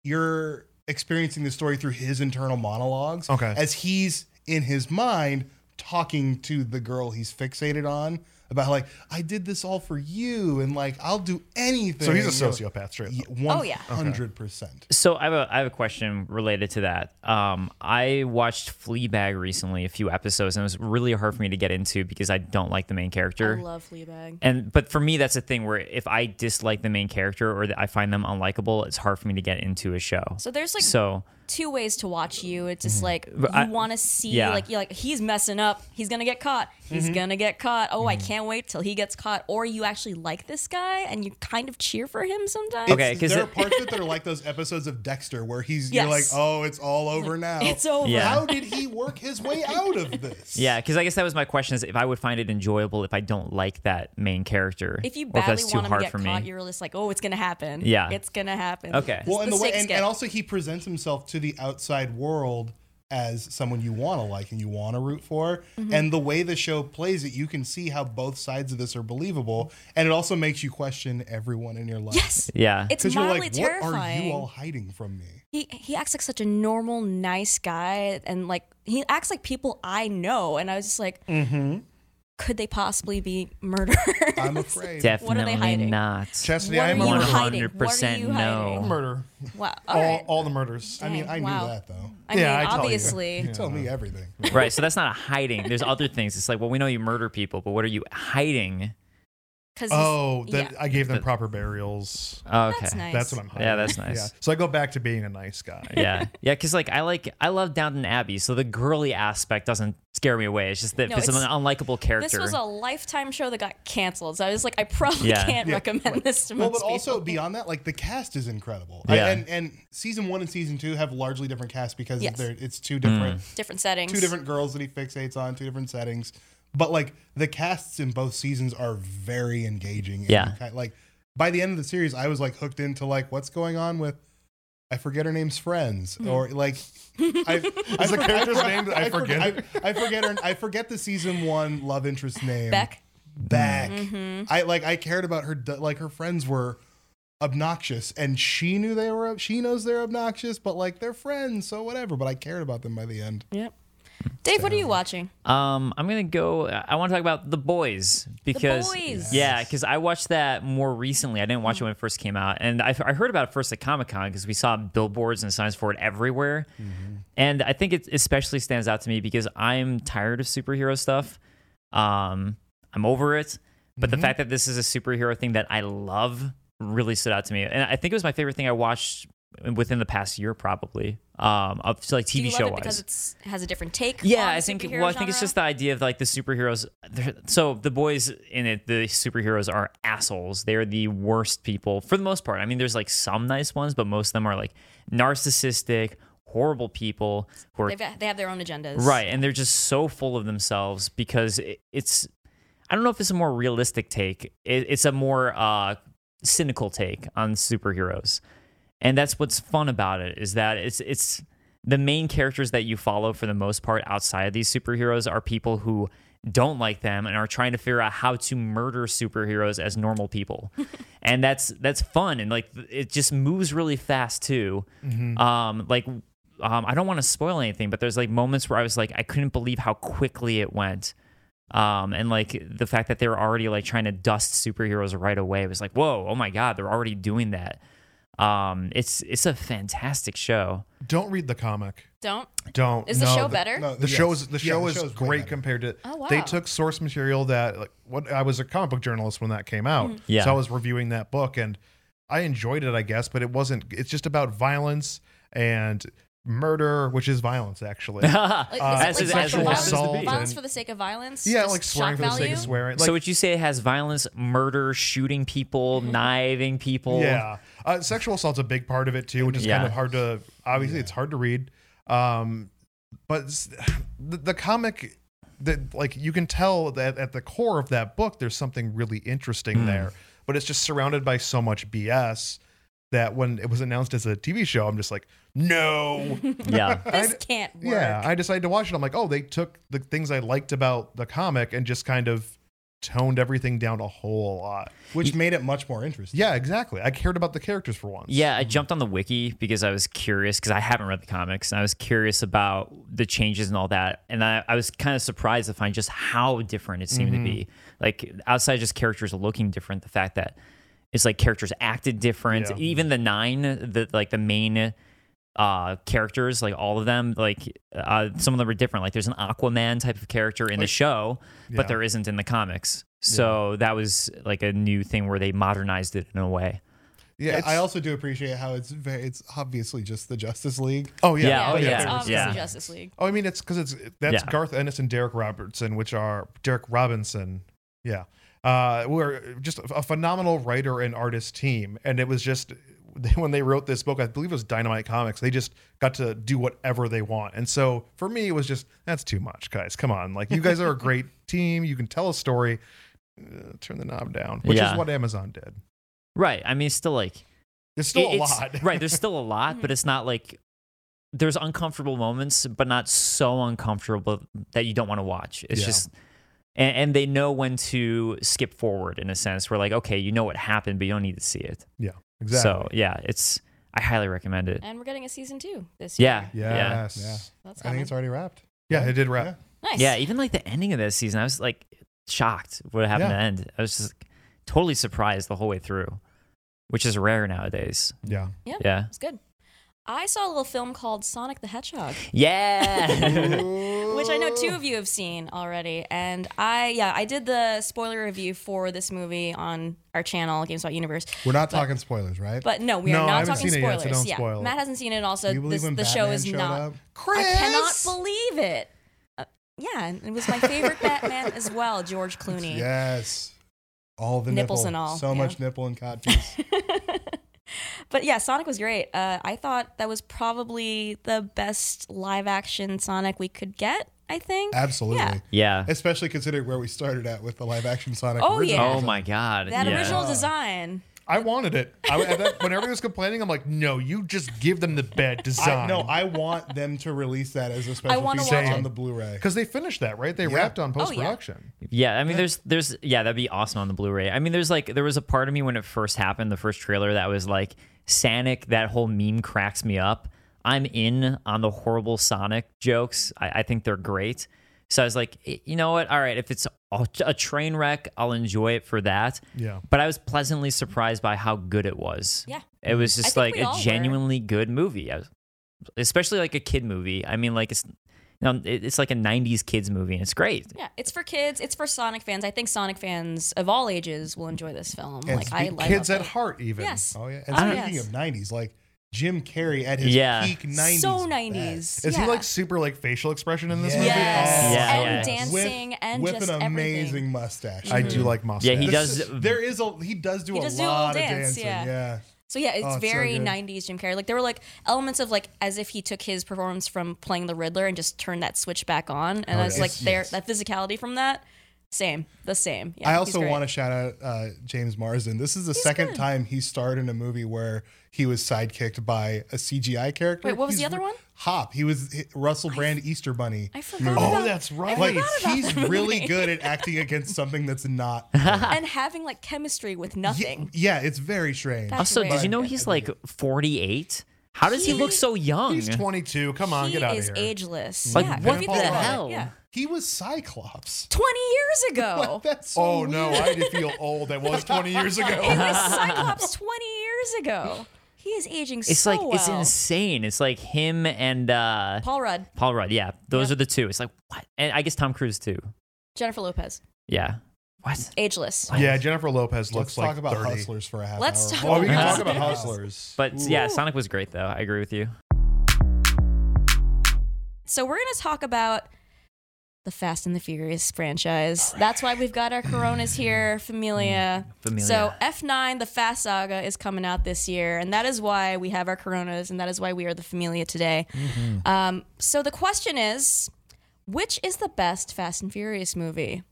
Speaker 3: you're experiencing the story through his internal monologues.
Speaker 2: Okay.
Speaker 3: as he's in his mind talking to the girl he's fixated on about like I did this all for you and like I'll do anything.
Speaker 2: so he's a sociopath, straight up.
Speaker 1: Oh,
Speaker 3: One
Speaker 1: yeah.
Speaker 3: hundred percent.
Speaker 4: So I have a I have a question related to that. Um, I watched Fleabag recently, a few episodes, and it was really hard for me to get into because I don't like the main
Speaker 1: I
Speaker 4: character.
Speaker 1: love Fleabag.
Speaker 4: and but for me, that's a thing where if I dislike the main character or that I find them unlikable, it's hard for me to get into a show.
Speaker 1: So there's like
Speaker 4: so
Speaker 1: two ways to watch you. It's just like you
Speaker 4: Mm-hmm. I-
Speaker 1: want to see,
Speaker 4: yeah. Mm-hmm.
Speaker 1: like you're like he's messing up, he's gonna get caught, he's gonna get caught. Oh, I can't wait till he gets caught. Or you actually like this guy and you kind of cheer for him sometimes.
Speaker 4: Okay, 'cause
Speaker 3: there
Speaker 4: it-
Speaker 3: are parts that are like those episodes of Dexter where he's you're like,
Speaker 1: Yes.
Speaker 3: oh, it's all over now.
Speaker 1: It's over.
Speaker 4: Yeah.
Speaker 3: How did he work his way out of this?
Speaker 4: yeah, because I guess that was my question: is if I would find it enjoyable if I don't like that main character,
Speaker 1: If you
Speaker 4: or if
Speaker 1: badly
Speaker 4: that's too
Speaker 1: want him to
Speaker 4: hard
Speaker 1: get
Speaker 4: for
Speaker 1: caught,
Speaker 4: me.
Speaker 1: you're just like, oh, it's gonna happen.
Speaker 4: Yeah.
Speaker 1: it's gonna happen.
Speaker 4: Okay.
Speaker 1: Well,
Speaker 3: well, and the, way,
Speaker 1: stakes
Speaker 3: and,
Speaker 1: get.
Speaker 3: and also he presents himself to the outside world as someone you want to like and you want to root for.
Speaker 1: Mm-hmm.
Speaker 3: And the way the show plays it, you can see how both sides of this are believable, and it also makes you question everyone in your life.
Speaker 1: yes,
Speaker 4: Yeah,
Speaker 1: it's
Speaker 3: because you're
Speaker 1: mildly
Speaker 3: like, what are
Speaker 1: terrifying.
Speaker 3: you all hiding from me?
Speaker 1: he he acts like such a normal, nice guy, and like he acts like people I know, and I was just like,
Speaker 3: Mm.
Speaker 4: Mm-hmm.
Speaker 1: could they possibly be murderers?
Speaker 3: I'm afraid.
Speaker 1: What are they
Speaker 4: definitely
Speaker 1: hiding?
Speaker 4: not.
Speaker 2: Chastity,
Speaker 1: What
Speaker 2: I am
Speaker 1: are
Speaker 2: a
Speaker 1: you
Speaker 4: One
Speaker 2: murderer.
Speaker 1: hiding?
Speaker 4: hundred
Speaker 1: What are
Speaker 4: percent
Speaker 1: you
Speaker 4: no.
Speaker 1: hiding?
Speaker 2: Murder.
Speaker 1: wow, all
Speaker 2: All,
Speaker 1: right.
Speaker 2: all the murders.
Speaker 3: I mean,
Speaker 1: Dang,
Speaker 3: I knew
Speaker 1: wow.
Speaker 3: that though.
Speaker 1: I mean,
Speaker 2: Yeah, I tell you.
Speaker 1: obviously.
Speaker 3: You tell me everything.
Speaker 4: right. So that's not a hiding. There's other things. It's like, well, we know you murder people, but what are you hiding?
Speaker 1: Cause he's-
Speaker 2: Oh, that
Speaker 1: yeah.
Speaker 2: I gave them proper burials.
Speaker 4: Oh, okay.
Speaker 1: That's nice.
Speaker 2: That's what I'm hiding.
Speaker 4: Yeah, that's nice.
Speaker 2: Yeah. So I go back to being a nice guy.
Speaker 4: Yeah, yeah, because like I like I love Downton Abbey, so the girly aspect doesn't scare me away. It's just that
Speaker 1: No,
Speaker 4: if it's,
Speaker 1: it's-
Speaker 4: an unlikable character.
Speaker 1: This was a lifetime show that got canceled, so I was like, I probably
Speaker 4: Yeah.
Speaker 1: can't recommend this to
Speaker 3: Well,
Speaker 1: most
Speaker 3: but also
Speaker 1: people.
Speaker 3: beyond that, like the cast is incredible.
Speaker 4: Yeah.
Speaker 3: I, and and season one and season two have largely different casts because
Speaker 1: Yes.
Speaker 3: they're it's two different
Speaker 1: different settings.
Speaker 3: two different girls that he fixates on, two different settings. But like the casts in both seasons are very engaging. and
Speaker 4: Yeah.
Speaker 3: you kind- like by the end of the series, I was like hooked into like what's going on with I forget her name's friends or like I, I
Speaker 2: Is the
Speaker 3: for-
Speaker 2: character's name? I
Speaker 3: for-
Speaker 2: forget.
Speaker 3: I, I forget her. I forget the season one love interest name.
Speaker 1: Beck.
Speaker 3: Beck.
Speaker 2: Mm-hmm.
Speaker 3: I like. I cared about her. d- Like her friends were obnoxious, and she knew they were. She knows they're obnoxious, but like they're friends, so whatever. But I cared about them by the end.
Speaker 1: Yep. Dave, what are you watching?
Speaker 4: Um, I'm gonna go. I want to talk about the boys because
Speaker 1: Boys.
Speaker 4: yeah, because I watched that more recently. I didn't watch it when it first came out, and I, I heard about it first at Comic Con because we saw billboards and signs for it everywhere. And I think it especially stands out to me because I'm tired of superhero stuff. Um, I'm over it, but the fact that this is a superhero thing that I love really stood out to me, and I think it was my favorite thing I watched within the past year probably um of so, like
Speaker 1: Do
Speaker 4: tv
Speaker 1: you love
Speaker 4: show
Speaker 1: it
Speaker 4: wise
Speaker 1: because it's, it has a different take.
Speaker 4: yeah
Speaker 1: on
Speaker 4: i
Speaker 1: the
Speaker 4: think
Speaker 1: superhero
Speaker 4: well i think it's
Speaker 1: genre?
Speaker 4: just the idea of like the superheroes they're- so the boys in it the superheroes are assholes they're the worst people for the most part i mean there's like some nice ones but most of them are like narcissistic horrible people who are
Speaker 1: They've got, they have their own agendas.
Speaker 4: Right, and they're just so full of themselves because it, it's I don't know if it's a more realistic take. It, it's a more uh, cynical take on superheroes, and that's what's fun about it is that it's it's the main characters that you follow for the most part outside of these superheroes are people who don't like them and are trying to figure out how to murder superheroes as normal people and that's that's fun and like it just moves really fast too um like um i don't want to spoil anything but there's like moments where i was like i couldn't believe how quickly it went um and like the fact that they were already like trying to dust superheroes right away was like whoa oh my god they're already doing that um it's it's a fantastic show
Speaker 2: Don't read the comic.
Speaker 1: Don't.
Speaker 2: Don't.
Speaker 1: Is the
Speaker 2: No,
Speaker 1: show better?
Speaker 2: The show is the
Speaker 3: Yeah,
Speaker 2: show is
Speaker 3: show's way
Speaker 2: great
Speaker 3: better.
Speaker 2: compared to.
Speaker 1: Oh,
Speaker 2: They
Speaker 1: wow.
Speaker 2: took source material that like what I was a comic book journalist when that came out,
Speaker 1: Mm-hmm.
Speaker 4: Yeah.
Speaker 2: so I was reviewing that book and I enjoyed it, I guess, but it wasn't. It's just about violence and murder, which is violence actually. yeah,
Speaker 1: Like,
Speaker 2: Uh,
Speaker 1: is
Speaker 4: as
Speaker 1: it
Speaker 4: is-
Speaker 1: like
Speaker 4: as
Speaker 1: sexual
Speaker 4: it has
Speaker 1: violence,
Speaker 4: to be.
Speaker 1: violence for the sake of violence? just
Speaker 2: like
Speaker 1: shock
Speaker 2: swearing for the sake
Speaker 1: value?
Speaker 2: of swearing. Like,
Speaker 4: so would you say it has violence murder shooting people kniving people
Speaker 2: Yeah, uh, sexual assault's a big part of it too, which is
Speaker 4: Yeah.
Speaker 2: kind of hard to. Obviously, it's hard to read. Um, but s- the, the comic, that like you can tell that at the core of that book, there's something really interesting
Speaker 4: Hmm.
Speaker 2: there. But it's just surrounded by so much BS that when it was announced as a TV show, I'm just like, no.
Speaker 4: yeah
Speaker 1: This can't work.
Speaker 2: yeah, I decided to watch it. I'm like, oh, they took the things I liked about the comic and just kind of toned everything down a whole lot.
Speaker 3: which made it much more interesting.
Speaker 2: Yeah, exactly. I cared about the characters for once.
Speaker 4: Yeah, I jumped on the wiki because I was curious because I haven't read the comics and I was curious about the changes and all that. And I, I was kind of surprised to find just how different it seemed to be. Like outside just characters looking different, the fact that it's like characters acted different.
Speaker 2: Yeah.
Speaker 4: Even the nine, the like the main uh characters, like all of them, like uh some of them are different. Like there's an Aquaman type of character in the show,
Speaker 2: yeah.
Speaker 4: but there isn't in the comics. So that was like a new thing where they modernized it in a way.
Speaker 2: Yeah,
Speaker 3: I
Speaker 2: it's-
Speaker 3: also do appreciate how it's very, it's obviously just the Justice League.
Speaker 2: Oh yeah,
Speaker 4: Yeah,
Speaker 2: oh
Speaker 1: it's
Speaker 2: yeah.
Speaker 4: yeah.
Speaker 1: obviously
Speaker 4: Yeah.
Speaker 1: Justice League.
Speaker 2: Oh, I mean, it's because it's that's
Speaker 4: Yeah.
Speaker 2: Garth Ennis and Derek Robertson, which are Derek Robinson. Yeah, uh, we're just a phenomenal writer and artist team, and it was just when they wrote this book. I believe it was Dynamite Comics. They just got to do whatever they want, and so for me, it was just that's too much, guys. Come on, like you guys are a great team. You can tell a story. Uh, turn the knob down, which
Speaker 4: Yeah.
Speaker 2: is what Amazon did.
Speaker 4: Right. I mean, it's still like
Speaker 2: It's still a
Speaker 4: it's-
Speaker 2: lot,
Speaker 4: right, there's still a lot, but it's not like there's uncomfortable moments, but not so uncomfortable that you don't want to watch. It's
Speaker 2: Yeah.
Speaker 4: just and, and they know when to skip forward in a sense. We're like, okay, you know what happened, but you don't need to see it.
Speaker 2: yeah, exactly.
Speaker 4: So yeah, it's I highly recommend it.
Speaker 1: And we're getting a season two this
Speaker 4: Yeah.
Speaker 1: year.
Speaker 4: Yeah.
Speaker 2: yes,
Speaker 3: Yeah.
Speaker 1: That's
Speaker 3: I think
Speaker 1: coming.
Speaker 3: it's already wrapped.
Speaker 2: yeah, it did wrap.
Speaker 1: nice.
Speaker 4: Yeah, even like the ending of this season, I was like shocked what happened
Speaker 2: Yeah.
Speaker 4: to end. I was just totally surprised the whole way through, which is rare nowadays.
Speaker 2: Yeah,
Speaker 4: Yeah.
Speaker 1: It's good. I saw a little film called Sonic the Hedgehog,
Speaker 4: Yeah.
Speaker 1: which I know two of you have seen already. And I, yeah, I did the spoiler review for this movie on our channel, GameSpot Universe.
Speaker 3: We're not talking spoilers, right?
Speaker 1: But no, we are
Speaker 2: No, I
Speaker 1: not
Speaker 2: haven't
Speaker 1: talking
Speaker 2: seen it yet,
Speaker 1: spoilers.
Speaker 2: so don't
Speaker 1: yeah,
Speaker 2: spoil it.
Speaker 1: Matt hasn't seen it. Also,
Speaker 3: Do you believe
Speaker 1: this,
Speaker 3: when
Speaker 1: the show
Speaker 3: Batman
Speaker 1: is
Speaker 3: showed
Speaker 1: not.
Speaker 3: up?
Speaker 1: I cannot believe it. Uh, yeah, and it was my favorite Batman as well, George Clooney.
Speaker 3: Yes. All the
Speaker 1: Nipples
Speaker 3: nipple.
Speaker 1: and all,
Speaker 3: So
Speaker 1: yeah.
Speaker 3: much nipple and codpiece.
Speaker 1: But yeah, Sonic was great. Uh, I thought that was probably the best live action Sonic we could get. I think.
Speaker 3: Absolutely.
Speaker 1: Yeah.
Speaker 4: yeah.
Speaker 3: Especially considering where we started at with the live action Sonic.
Speaker 1: Oh,
Speaker 3: original.
Speaker 1: yeah.
Speaker 4: Oh my god.
Speaker 1: That
Speaker 4: yeah.
Speaker 1: original design.
Speaker 2: I wanted it. I, at that, when everybody was complaining, I'm like, no, you just give them the bad design.
Speaker 3: I, no, I want them to release that as a special
Speaker 1: wanna
Speaker 3: feature
Speaker 2: watch it.
Speaker 3: on the Blu-ray.
Speaker 2: because they finished that right. They wrapped
Speaker 1: Oh,
Speaker 2: on post production.
Speaker 4: Yeah, I mean, there's, there's, yeah, that'd be awesome on the Blu-ray. I mean, there's like, there was a part of me when it first happened, the first trailer, that was like, Sonic, that whole meme cracks me up. I'm in on the horrible Sonic jokes. I, I think they're great. So I was like, "Eh, you know what? All right, if it's a a train wreck, I'll enjoy it for that.
Speaker 2: Yeah.
Speaker 4: But I was pleasantly surprised by how good it was.
Speaker 1: Yeah.
Speaker 4: It was just
Speaker 1: think
Speaker 4: like
Speaker 1: we
Speaker 4: a
Speaker 1: all were.
Speaker 4: genuinely good movie. I was, especially like a kid movie. I mean, like it's, you know, it- it's like a '90s kids movie, and it's great.
Speaker 1: Yeah, it's for kids. It's for Sonic fans. I think Sonic fans of all ages will enjoy this film.
Speaker 3: And
Speaker 1: like I
Speaker 3: speak-
Speaker 1: like
Speaker 2: Kids at heart, even.
Speaker 1: Yes.
Speaker 3: Oh yeah. And
Speaker 1: Oh,
Speaker 3: speaking
Speaker 1: yes.
Speaker 3: of '90s, like Jim Carrey at his
Speaker 4: Yeah.
Speaker 3: peak 90s.
Speaker 1: So
Speaker 3: best.
Speaker 1: 90s.
Speaker 2: Is
Speaker 1: yeah.
Speaker 2: he like super like facial expression in this
Speaker 3: Yeah.
Speaker 2: movie?
Speaker 1: Yes.
Speaker 2: Oh,
Speaker 4: Yeah.
Speaker 1: And
Speaker 4: Yeah.
Speaker 1: dancing
Speaker 3: with,
Speaker 1: and
Speaker 3: with
Speaker 1: just
Speaker 3: an
Speaker 1: everything.
Speaker 3: amazing mustache.
Speaker 2: Oh, I do like mustache.
Speaker 4: Yeah, he
Speaker 3: This
Speaker 4: does-
Speaker 3: is- there is a he does do
Speaker 1: He
Speaker 3: a
Speaker 1: does do a little
Speaker 3: lot of
Speaker 1: dance,
Speaker 3: dancing.
Speaker 1: yeah.
Speaker 3: yeah.
Speaker 1: So yeah, it's
Speaker 3: Oh, it's so
Speaker 1: very
Speaker 3: good.
Speaker 1: 90s Jim Carrey. Like there were like elements of like as if he took his performance from playing the Riddler and just turned that switch back on, and I was
Speaker 3: yes.
Speaker 1: like there
Speaker 3: Yes.
Speaker 1: that physicality from that. Same, the same. Yeah,
Speaker 3: I also want to shout out uh, James Marsden. This is the second time he starred in a movie where he was sidekicked by a CGI character.
Speaker 1: Wait, what was
Speaker 3: He's
Speaker 1: the other
Speaker 3: re-
Speaker 1: one?
Speaker 3: Hop. He was hi- Russell Brand Easter Bunny.
Speaker 1: I forgot.
Speaker 2: Oh,
Speaker 1: about-
Speaker 2: that's
Speaker 1: I
Speaker 2: right.
Speaker 1: forgot
Speaker 3: like
Speaker 1: about
Speaker 3: he's
Speaker 1: that
Speaker 3: really
Speaker 1: movie.
Speaker 3: good at acting against something that's not.
Speaker 1: and having like chemistry with nothing.
Speaker 3: yeah, it's very strange.
Speaker 1: That's-
Speaker 4: Also, did
Speaker 1: weird.
Speaker 4: you know he's like 48? How does he,
Speaker 1: He-
Speaker 4: look so young?
Speaker 2: He's 22. Come on,
Speaker 1: he
Speaker 2: get out of
Speaker 1: is
Speaker 2: here.
Speaker 1: ageless.
Speaker 4: Like,
Speaker 1: yeah,
Speaker 4: what
Speaker 1: Peter
Speaker 4: the
Speaker 1: Paul Rudd,
Speaker 4: hell?
Speaker 1: Yeah.
Speaker 3: He was Cyclops.
Speaker 1: 20 years ago.
Speaker 3: That's so
Speaker 2: Oh no,
Speaker 3: weird.
Speaker 2: I did feel old. That was 20 years
Speaker 1: He
Speaker 2: ago.
Speaker 1: was Cyclops 20 years ago. He is aging
Speaker 4: it's
Speaker 1: so
Speaker 4: like
Speaker 1: well.
Speaker 4: it's insane. It's like him and uh,
Speaker 1: Paul Rudd,
Speaker 4: Paul Rudd. Yeah, those are the two. It's like what? And I guess Tom Cruise too.
Speaker 1: Jennifer Lopez,
Speaker 4: Yeah. What?
Speaker 1: ageless.
Speaker 2: yeah, Jennifer Lopez
Speaker 3: Let's
Speaker 2: looks
Speaker 3: talk
Speaker 2: like
Speaker 3: about
Speaker 2: 30.
Speaker 3: hustlers for a half
Speaker 1: Let's
Speaker 3: hour.
Speaker 1: talk
Speaker 2: Well, we can talk
Speaker 4: Hustlers.
Speaker 2: about hustlers.
Speaker 4: But yeah,
Speaker 1: Ooh.
Speaker 4: Sonic was great though. I agree with you.
Speaker 1: So we're going to talk about the Fast and the Furious franchise. That's why we've got our Coronas
Speaker 2: Mm.
Speaker 1: here, Familia.
Speaker 4: Familia.
Speaker 1: So F9, the Fast Saga, is coming out this year, and that is why we have our Coronas, and that is why we are the Familia today.
Speaker 2: Mm-hmm.
Speaker 1: Um, so the question is, which is the best Fast and Furious movie?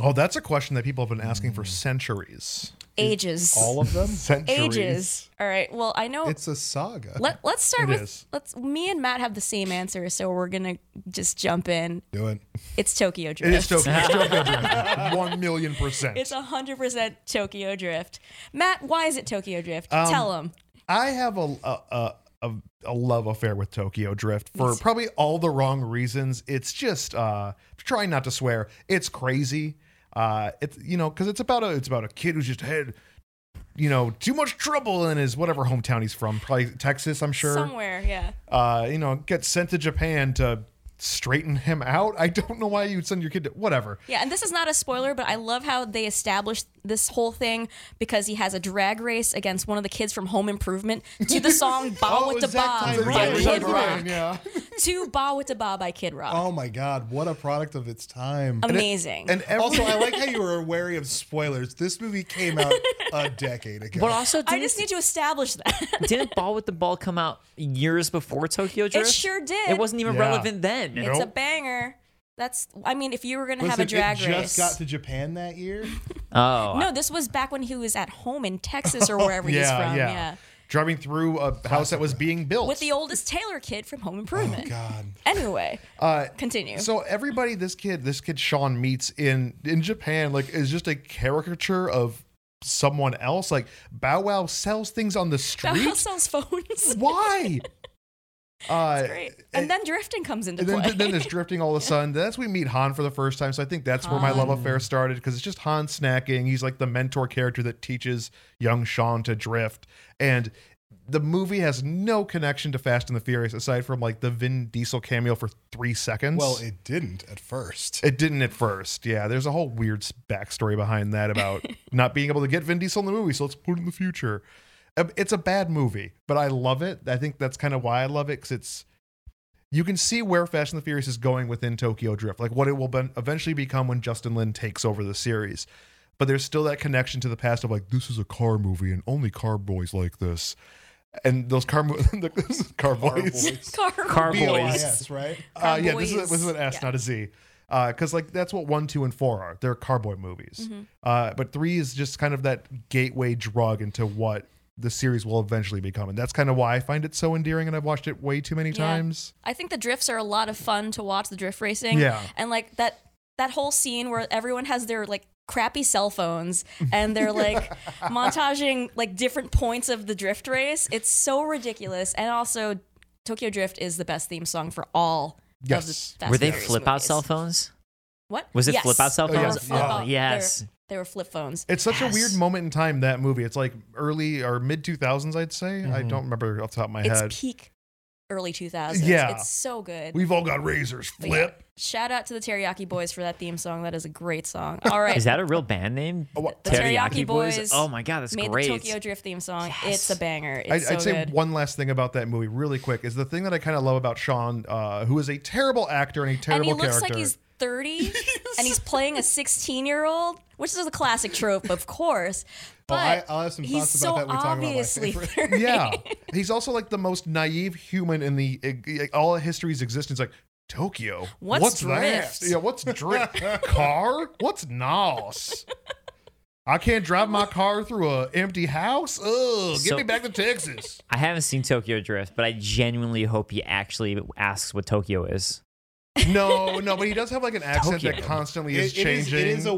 Speaker 2: Oh, that's a question that people have been asking for centuries.
Speaker 1: Ages.
Speaker 3: All of them.
Speaker 2: Centuries.
Speaker 1: Ages. All right. Well, I know.
Speaker 3: It's a saga.
Speaker 1: Let, let's start
Speaker 2: It
Speaker 1: with
Speaker 2: is.
Speaker 1: let's. Me and Matt have the same answer, so we're gonna just jump in.
Speaker 3: Do it.
Speaker 1: It's Tokyo
Speaker 2: It
Speaker 1: Drift.
Speaker 2: is Tokyo it's Tokyo Drift. One million percent.
Speaker 1: It's hundred percent Tokyo Drift. Matt, why is it Tokyo Drift?
Speaker 3: Um,
Speaker 1: Tell him.
Speaker 2: I have a a, a a a love affair with Tokyo Drift for probably all the wrong reasons. It's just uh trying not to swear. It's crazy. Uh it's you know cuz it's about a it's about a kid who's just had you know too much trouble in his whatever hometown he's from, probably Texas, I'm sure.
Speaker 1: Somewhere, yeah.
Speaker 2: Uh you know, gets sent to Japan to straighten him out. I don't know why you'd send your kid to whatever.
Speaker 1: Yeah, and this is not a spoiler, but I love how they established this whole thing because he has a drag race against one of the kids from Home Improvement to the song Ba
Speaker 3: Oh,
Speaker 1: With the
Speaker 3: Zach
Speaker 1: Ba
Speaker 3: Tyler.
Speaker 1: by
Speaker 3: Yeah,
Speaker 1: Kid
Speaker 3: Zach Tyler,
Speaker 1: Rock.
Speaker 2: Yeah.
Speaker 1: To Ba With the Ba by Kid Rock.
Speaker 3: Oh my God! What a product of its time.
Speaker 1: Um, Amazing.
Speaker 2: And every,
Speaker 3: also, I like how you were wary of spoilers. This movie came out a decade ago.
Speaker 4: but also, didn't,
Speaker 1: I just need to establish that.
Speaker 4: didn't Ball with the Ball come out years before Tokyo Drift?
Speaker 1: sure did.
Speaker 4: It wasn't even
Speaker 2: Yeah.
Speaker 4: relevant then.
Speaker 1: It's a
Speaker 2: Nope.
Speaker 1: banger. That's I mean, if you were gonna have
Speaker 3: Listen,
Speaker 1: a drag
Speaker 3: it just
Speaker 1: race.
Speaker 3: got to Japan that year.
Speaker 4: Oh,
Speaker 1: no, this was back when he was at home in Texas or wherever he's from. yeah.
Speaker 2: Driving through a house that was being built.
Speaker 1: with the oldest Taylor kid from Home Improvement.
Speaker 3: Oh, God,
Speaker 1: Anyway,
Speaker 2: Uh,
Speaker 1: continue.
Speaker 2: Oh, So everybody, this kid, this kid Sean meets in in Japan, like is just a caricature of someone else. Like Bow Wow sells things on the
Speaker 1: Bow Wow
Speaker 2: street.
Speaker 1: sells phones.
Speaker 2: Why? Uh,
Speaker 1: Great. And then drifting comes into
Speaker 2: and then,
Speaker 1: play.
Speaker 2: then there's drifting all of a sudden. That's when we meet Han for the first time. So I think that's where my love affair started because it's just Han snacking. He's like the mentor character that teaches young Sean to drift. And the movie has no connection to Fast and the Furious aside from like the Vin Diesel cameo for three seconds.
Speaker 3: well, it didn't at first.
Speaker 2: It didn't at first. Yeah, there's a whole weird s- backstory behind that about not being able to get Vin Diesel in the movie, so let's put it in the future. Um, It's a bad movie, but I love it. I think that's kind of why I love it because it's you can see where Fast and the Furious is going within Tokyo Drift, like what it will ben- eventually become when Justin Lin takes over the series. But there's still that connection to the past of like this is a car movie and only car boys like this, and those car mo- those car boys. Oh,
Speaker 1: Car.
Speaker 4: Car
Speaker 3: B O I
Speaker 4: Boys.
Speaker 3: S, Oh, right?
Speaker 2: Uh, yeah, this is,
Speaker 1: Cowboys.
Speaker 2: this is an S,
Speaker 1: Yeah.
Speaker 2: not a Z. Because like that's what one, two, and four are. They're carboy movies.
Speaker 1: Mm-hmm.
Speaker 2: Uh, but three is just kind of that gateway drug into what the series will eventually become, and that's kind of why I find it so endearing. And I've watched it way too many
Speaker 1: Yeah.
Speaker 2: times.
Speaker 1: I think the drifts are a lot of fun to watch. The drift racing.
Speaker 2: Yeah.
Speaker 1: And like that that whole scene where everyone has their like crappy cell phones and they're like montaging like different points of the drift race. It's so ridiculous. And also, Tokyo Drift is the best theme song for all. Of the
Speaker 2: Yes.
Speaker 1: Fast
Speaker 4: Were
Speaker 1: and
Speaker 4: they
Speaker 1: Furious
Speaker 4: flip out
Speaker 1: movies.
Speaker 4: cell phones?
Speaker 1: What
Speaker 4: Was it
Speaker 1: Yes.
Speaker 4: flip out cell
Speaker 2: Oh, yeah.
Speaker 1: It was
Speaker 4: phones?
Speaker 1: a flip out.
Speaker 4: Oh, yes.
Speaker 1: They were, they were flip phones.
Speaker 2: It's such a weird
Speaker 4: Yes.
Speaker 2: moment in time that movie. It's like early or mid two thousands, I'd say. I don't remember off the top of my
Speaker 1: It's
Speaker 2: head.
Speaker 1: peak early 2000s.
Speaker 2: Yeah.
Speaker 1: It's so good.
Speaker 2: We've all got razors.
Speaker 1: But yeah,
Speaker 2: Flip.
Speaker 1: shout out to the Teriyaki Boys for that theme song. That is a great song. All right.
Speaker 4: Is that a real band name?
Speaker 2: Oh,
Speaker 1: The Teriyaki Boys
Speaker 4: Oh my god, that's
Speaker 1: made
Speaker 4: great.
Speaker 1: the Tokyo Drift theme song. It's a banger. It's
Speaker 2: I'd,
Speaker 1: so
Speaker 2: I'd say
Speaker 1: good.
Speaker 2: one last thing about that movie, really quick, is the thing that I kind of love about Sean, uh, who is a terrible actor and a
Speaker 1: and
Speaker 2: terrible
Speaker 1: he looks
Speaker 2: character.
Speaker 1: like he's 30 and he's playing a 16 year old, which is a classic trope, of course. But
Speaker 3: Well, I- I'll have some
Speaker 1: he's
Speaker 3: thoughts
Speaker 1: so
Speaker 3: about that when we talk about my
Speaker 1: obviously
Speaker 3: favorite.
Speaker 1: 30.
Speaker 2: yeah, he's also like the most naive human in the eh, all of history's existence. Like Tokyo,
Speaker 1: What's drift?
Speaker 2: that? Yeah, what's drift? car? What's nos? I can't drive my car through a empty house. Ugh, get
Speaker 4: So-
Speaker 2: me back to Texas.
Speaker 4: I haven't seen Tokyo Drift, but I genuinely hope he actually asks what Tokyo is.
Speaker 2: No, no, but he does have like an accent that
Speaker 4: Tokyo.
Speaker 2: constantly
Speaker 3: It-
Speaker 2: is
Speaker 3: it
Speaker 2: changing.
Speaker 3: It is, a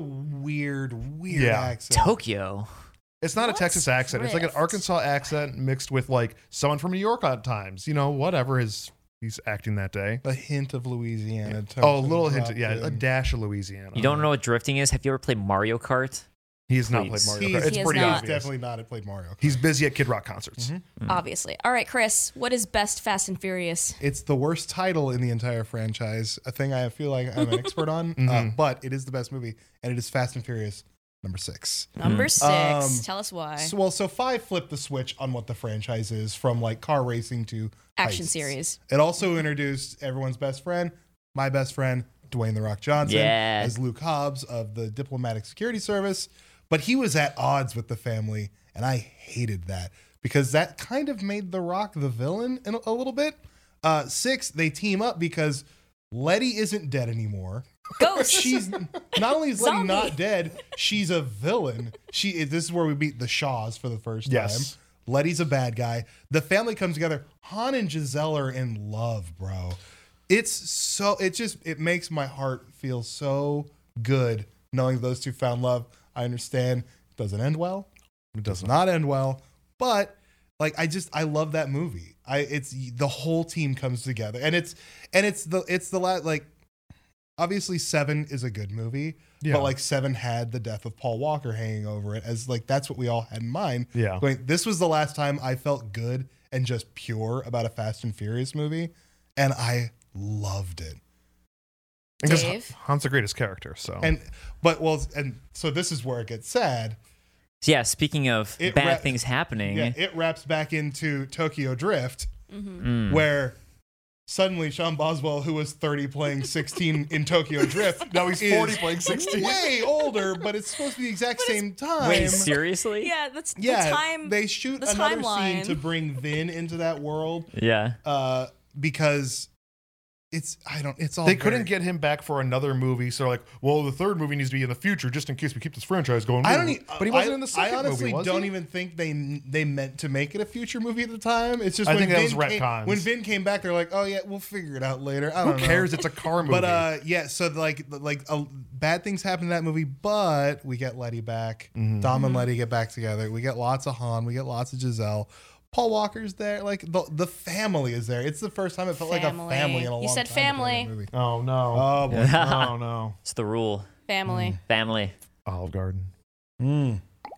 Speaker 3: weird, weird
Speaker 2: Yeah.
Speaker 3: accent.
Speaker 4: Tokyo.
Speaker 2: It's not
Speaker 1: What's
Speaker 2: a Texas accent. It's like an
Speaker 1: Thrift?
Speaker 2: Arkansas accent mixed with like someone from New York at times. You know, whatever is he's acting that day.
Speaker 3: a hint of Louisiana. tongue
Speaker 2: Oh, a little
Speaker 3: dropped
Speaker 2: hint. Yeah, a
Speaker 3: in.
Speaker 2: dash of Louisiana.
Speaker 4: You don't know what drifting is? Have you ever played Mario Kart?
Speaker 2: He has not played
Speaker 4: Please.
Speaker 2: Mario
Speaker 3: He's,
Speaker 2: Kart. It's
Speaker 1: He has
Speaker 2: pretty
Speaker 1: not.
Speaker 3: he's
Speaker 2: obvious.
Speaker 3: definitely not at played Mario. Kart.
Speaker 2: He's busy at Kid Rock concerts.
Speaker 3: Mm-hmm.
Speaker 1: Obviously. All right, Chris, what is best Fast and Furious?
Speaker 3: It's the worst title in the entire franchise, a thing I feel like I'm an expert on, uh,
Speaker 2: Mhm.
Speaker 3: but it is the best movie, and it is Fast and Furious number six.
Speaker 1: Number six.
Speaker 3: Um,
Speaker 1: Tell us why.
Speaker 3: So, well, so five flipped the switch on what the franchise is from like car racing to
Speaker 1: Action
Speaker 3: heists.
Speaker 1: series.
Speaker 3: It also introduced everyone's best friend, my best friend, Dwayne the Rock Johnson,
Speaker 4: Yeah.
Speaker 3: as Luke Hobbs of the Diplomatic Security Service. But he was at odds with the family, and I hated that because that kind of made the Rock the villain in a, a little bit. Uh, six, they team up because Letty isn't dead anymore.
Speaker 1: Ghost.
Speaker 3: She's not only is Letty
Speaker 1: Zombie.
Speaker 3: not dead, she's a villain. She this is where we beat the Shaws for the first
Speaker 2: Yes.
Speaker 3: time. Letty's a bad guy. The family comes together. Han and Giselle are in love, bro. It's so it just it makes my heart feel so good knowing those two found love. I understand it doesn't end well. It does not end well, but like I just I love that movie. I it's the whole team comes together and it's and it's the it's the la- like obviously Seven is a good movie,
Speaker 2: Yeah.
Speaker 3: but like Seven had the death of Paul Walker hanging over it as like that's what we all had in mind.
Speaker 2: Yeah.
Speaker 3: Going, this was the last time I felt good and just pure about a Fast and Furious movie, and I loved it.
Speaker 2: Because
Speaker 1: Dave?
Speaker 2: Han's the greatest character. So
Speaker 3: And but well, and so this is where it gets sad.
Speaker 4: So yeah, speaking of
Speaker 3: It
Speaker 4: bad
Speaker 3: wrap-
Speaker 4: things happening,
Speaker 2: Mm-hmm.
Speaker 3: Yeah, it wraps back into Tokyo Drift,
Speaker 4: mm,
Speaker 3: where suddenly Sean Boswell, who was 30 playing 16 in Tokyo Drift, now he's
Speaker 2: 40 playing 16.
Speaker 3: way older, but it's supposed to be the exact same time.
Speaker 4: wait, seriously?
Speaker 1: yeah, that's
Speaker 3: yeah,
Speaker 1: the time.
Speaker 3: they shoot
Speaker 1: the
Speaker 3: another scene
Speaker 1: timeline.
Speaker 3: to bring Vin into that world
Speaker 4: Yeah.
Speaker 3: uh, because it's I don't it's all
Speaker 2: they
Speaker 3: very-
Speaker 2: couldn't get him back for another movie. So like, well, the third movie needs to be in the future just in case we keep this franchise going.
Speaker 3: I don't. e-
Speaker 2: but he wasn't
Speaker 3: I-
Speaker 2: in the second
Speaker 3: I honestly
Speaker 2: movie, was
Speaker 3: don't
Speaker 2: he?
Speaker 3: even think they they meant to make it a future movie at the time. It's just
Speaker 2: I
Speaker 3: when
Speaker 2: think that was
Speaker 3: Vin
Speaker 2: retcons.
Speaker 3: Came, when Vin came back, they're like, "Oh yeah, we'll figure it out later." I
Speaker 2: Who
Speaker 3: don't know.
Speaker 2: cares? It's a car movie.
Speaker 3: But uh, yeah, so like like uh, bad things happen in that movie, but we get Letty back.
Speaker 4: Mm-hmm.
Speaker 3: Dom
Speaker 1: Mm-hmm.
Speaker 3: and Letty get back together. We get lots of Han. We get lots of Giselle. Paul Walker's there. Like the the family is there. It's the first time it felt like
Speaker 1: Family.
Speaker 3: a family in a
Speaker 1: You
Speaker 3: long
Speaker 1: said
Speaker 3: time during
Speaker 1: family.
Speaker 3: that movie.
Speaker 2: oh no.
Speaker 3: Oh boy.
Speaker 2: oh no.
Speaker 4: It's the rule.
Speaker 1: family.
Speaker 3: Mm.
Speaker 4: Family.
Speaker 2: Olive Garden.
Speaker 4: Hmm.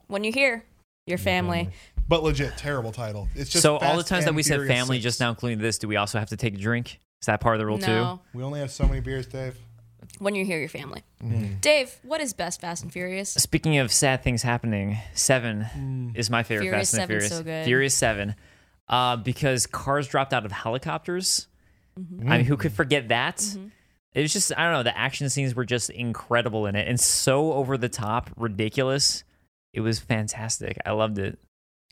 Speaker 1: When you're here, your family.
Speaker 3: But legit, terrible title. It's just
Speaker 4: so all the
Speaker 3: Fast
Speaker 4: times that
Speaker 3: and
Speaker 4: we said
Speaker 3: Furious
Speaker 4: family,
Speaker 3: six.
Speaker 4: just now including this, do we also have to take a drink? Is that part of the rule
Speaker 1: no.
Speaker 3: We only have so many beers, Dave.
Speaker 1: When you're here, your family.
Speaker 4: Hmm.
Speaker 1: Dave, what is best Fast and Furious?
Speaker 4: too? Speaking of sad things happening, Seven is my favorite
Speaker 1: Mm. Furious
Speaker 4: Fast and
Speaker 1: 7 's
Speaker 4: Furious.
Speaker 1: so good.
Speaker 4: Furious Seven, uh, because cars dropped out of helicopters. I mean,
Speaker 3: Mm.
Speaker 4: who could forget that?
Speaker 1: Mm-hmm.
Speaker 4: It was just I don't know. The action scenes were just incredible in it, and so over the top, ridiculous. It was fantastic. I loved it.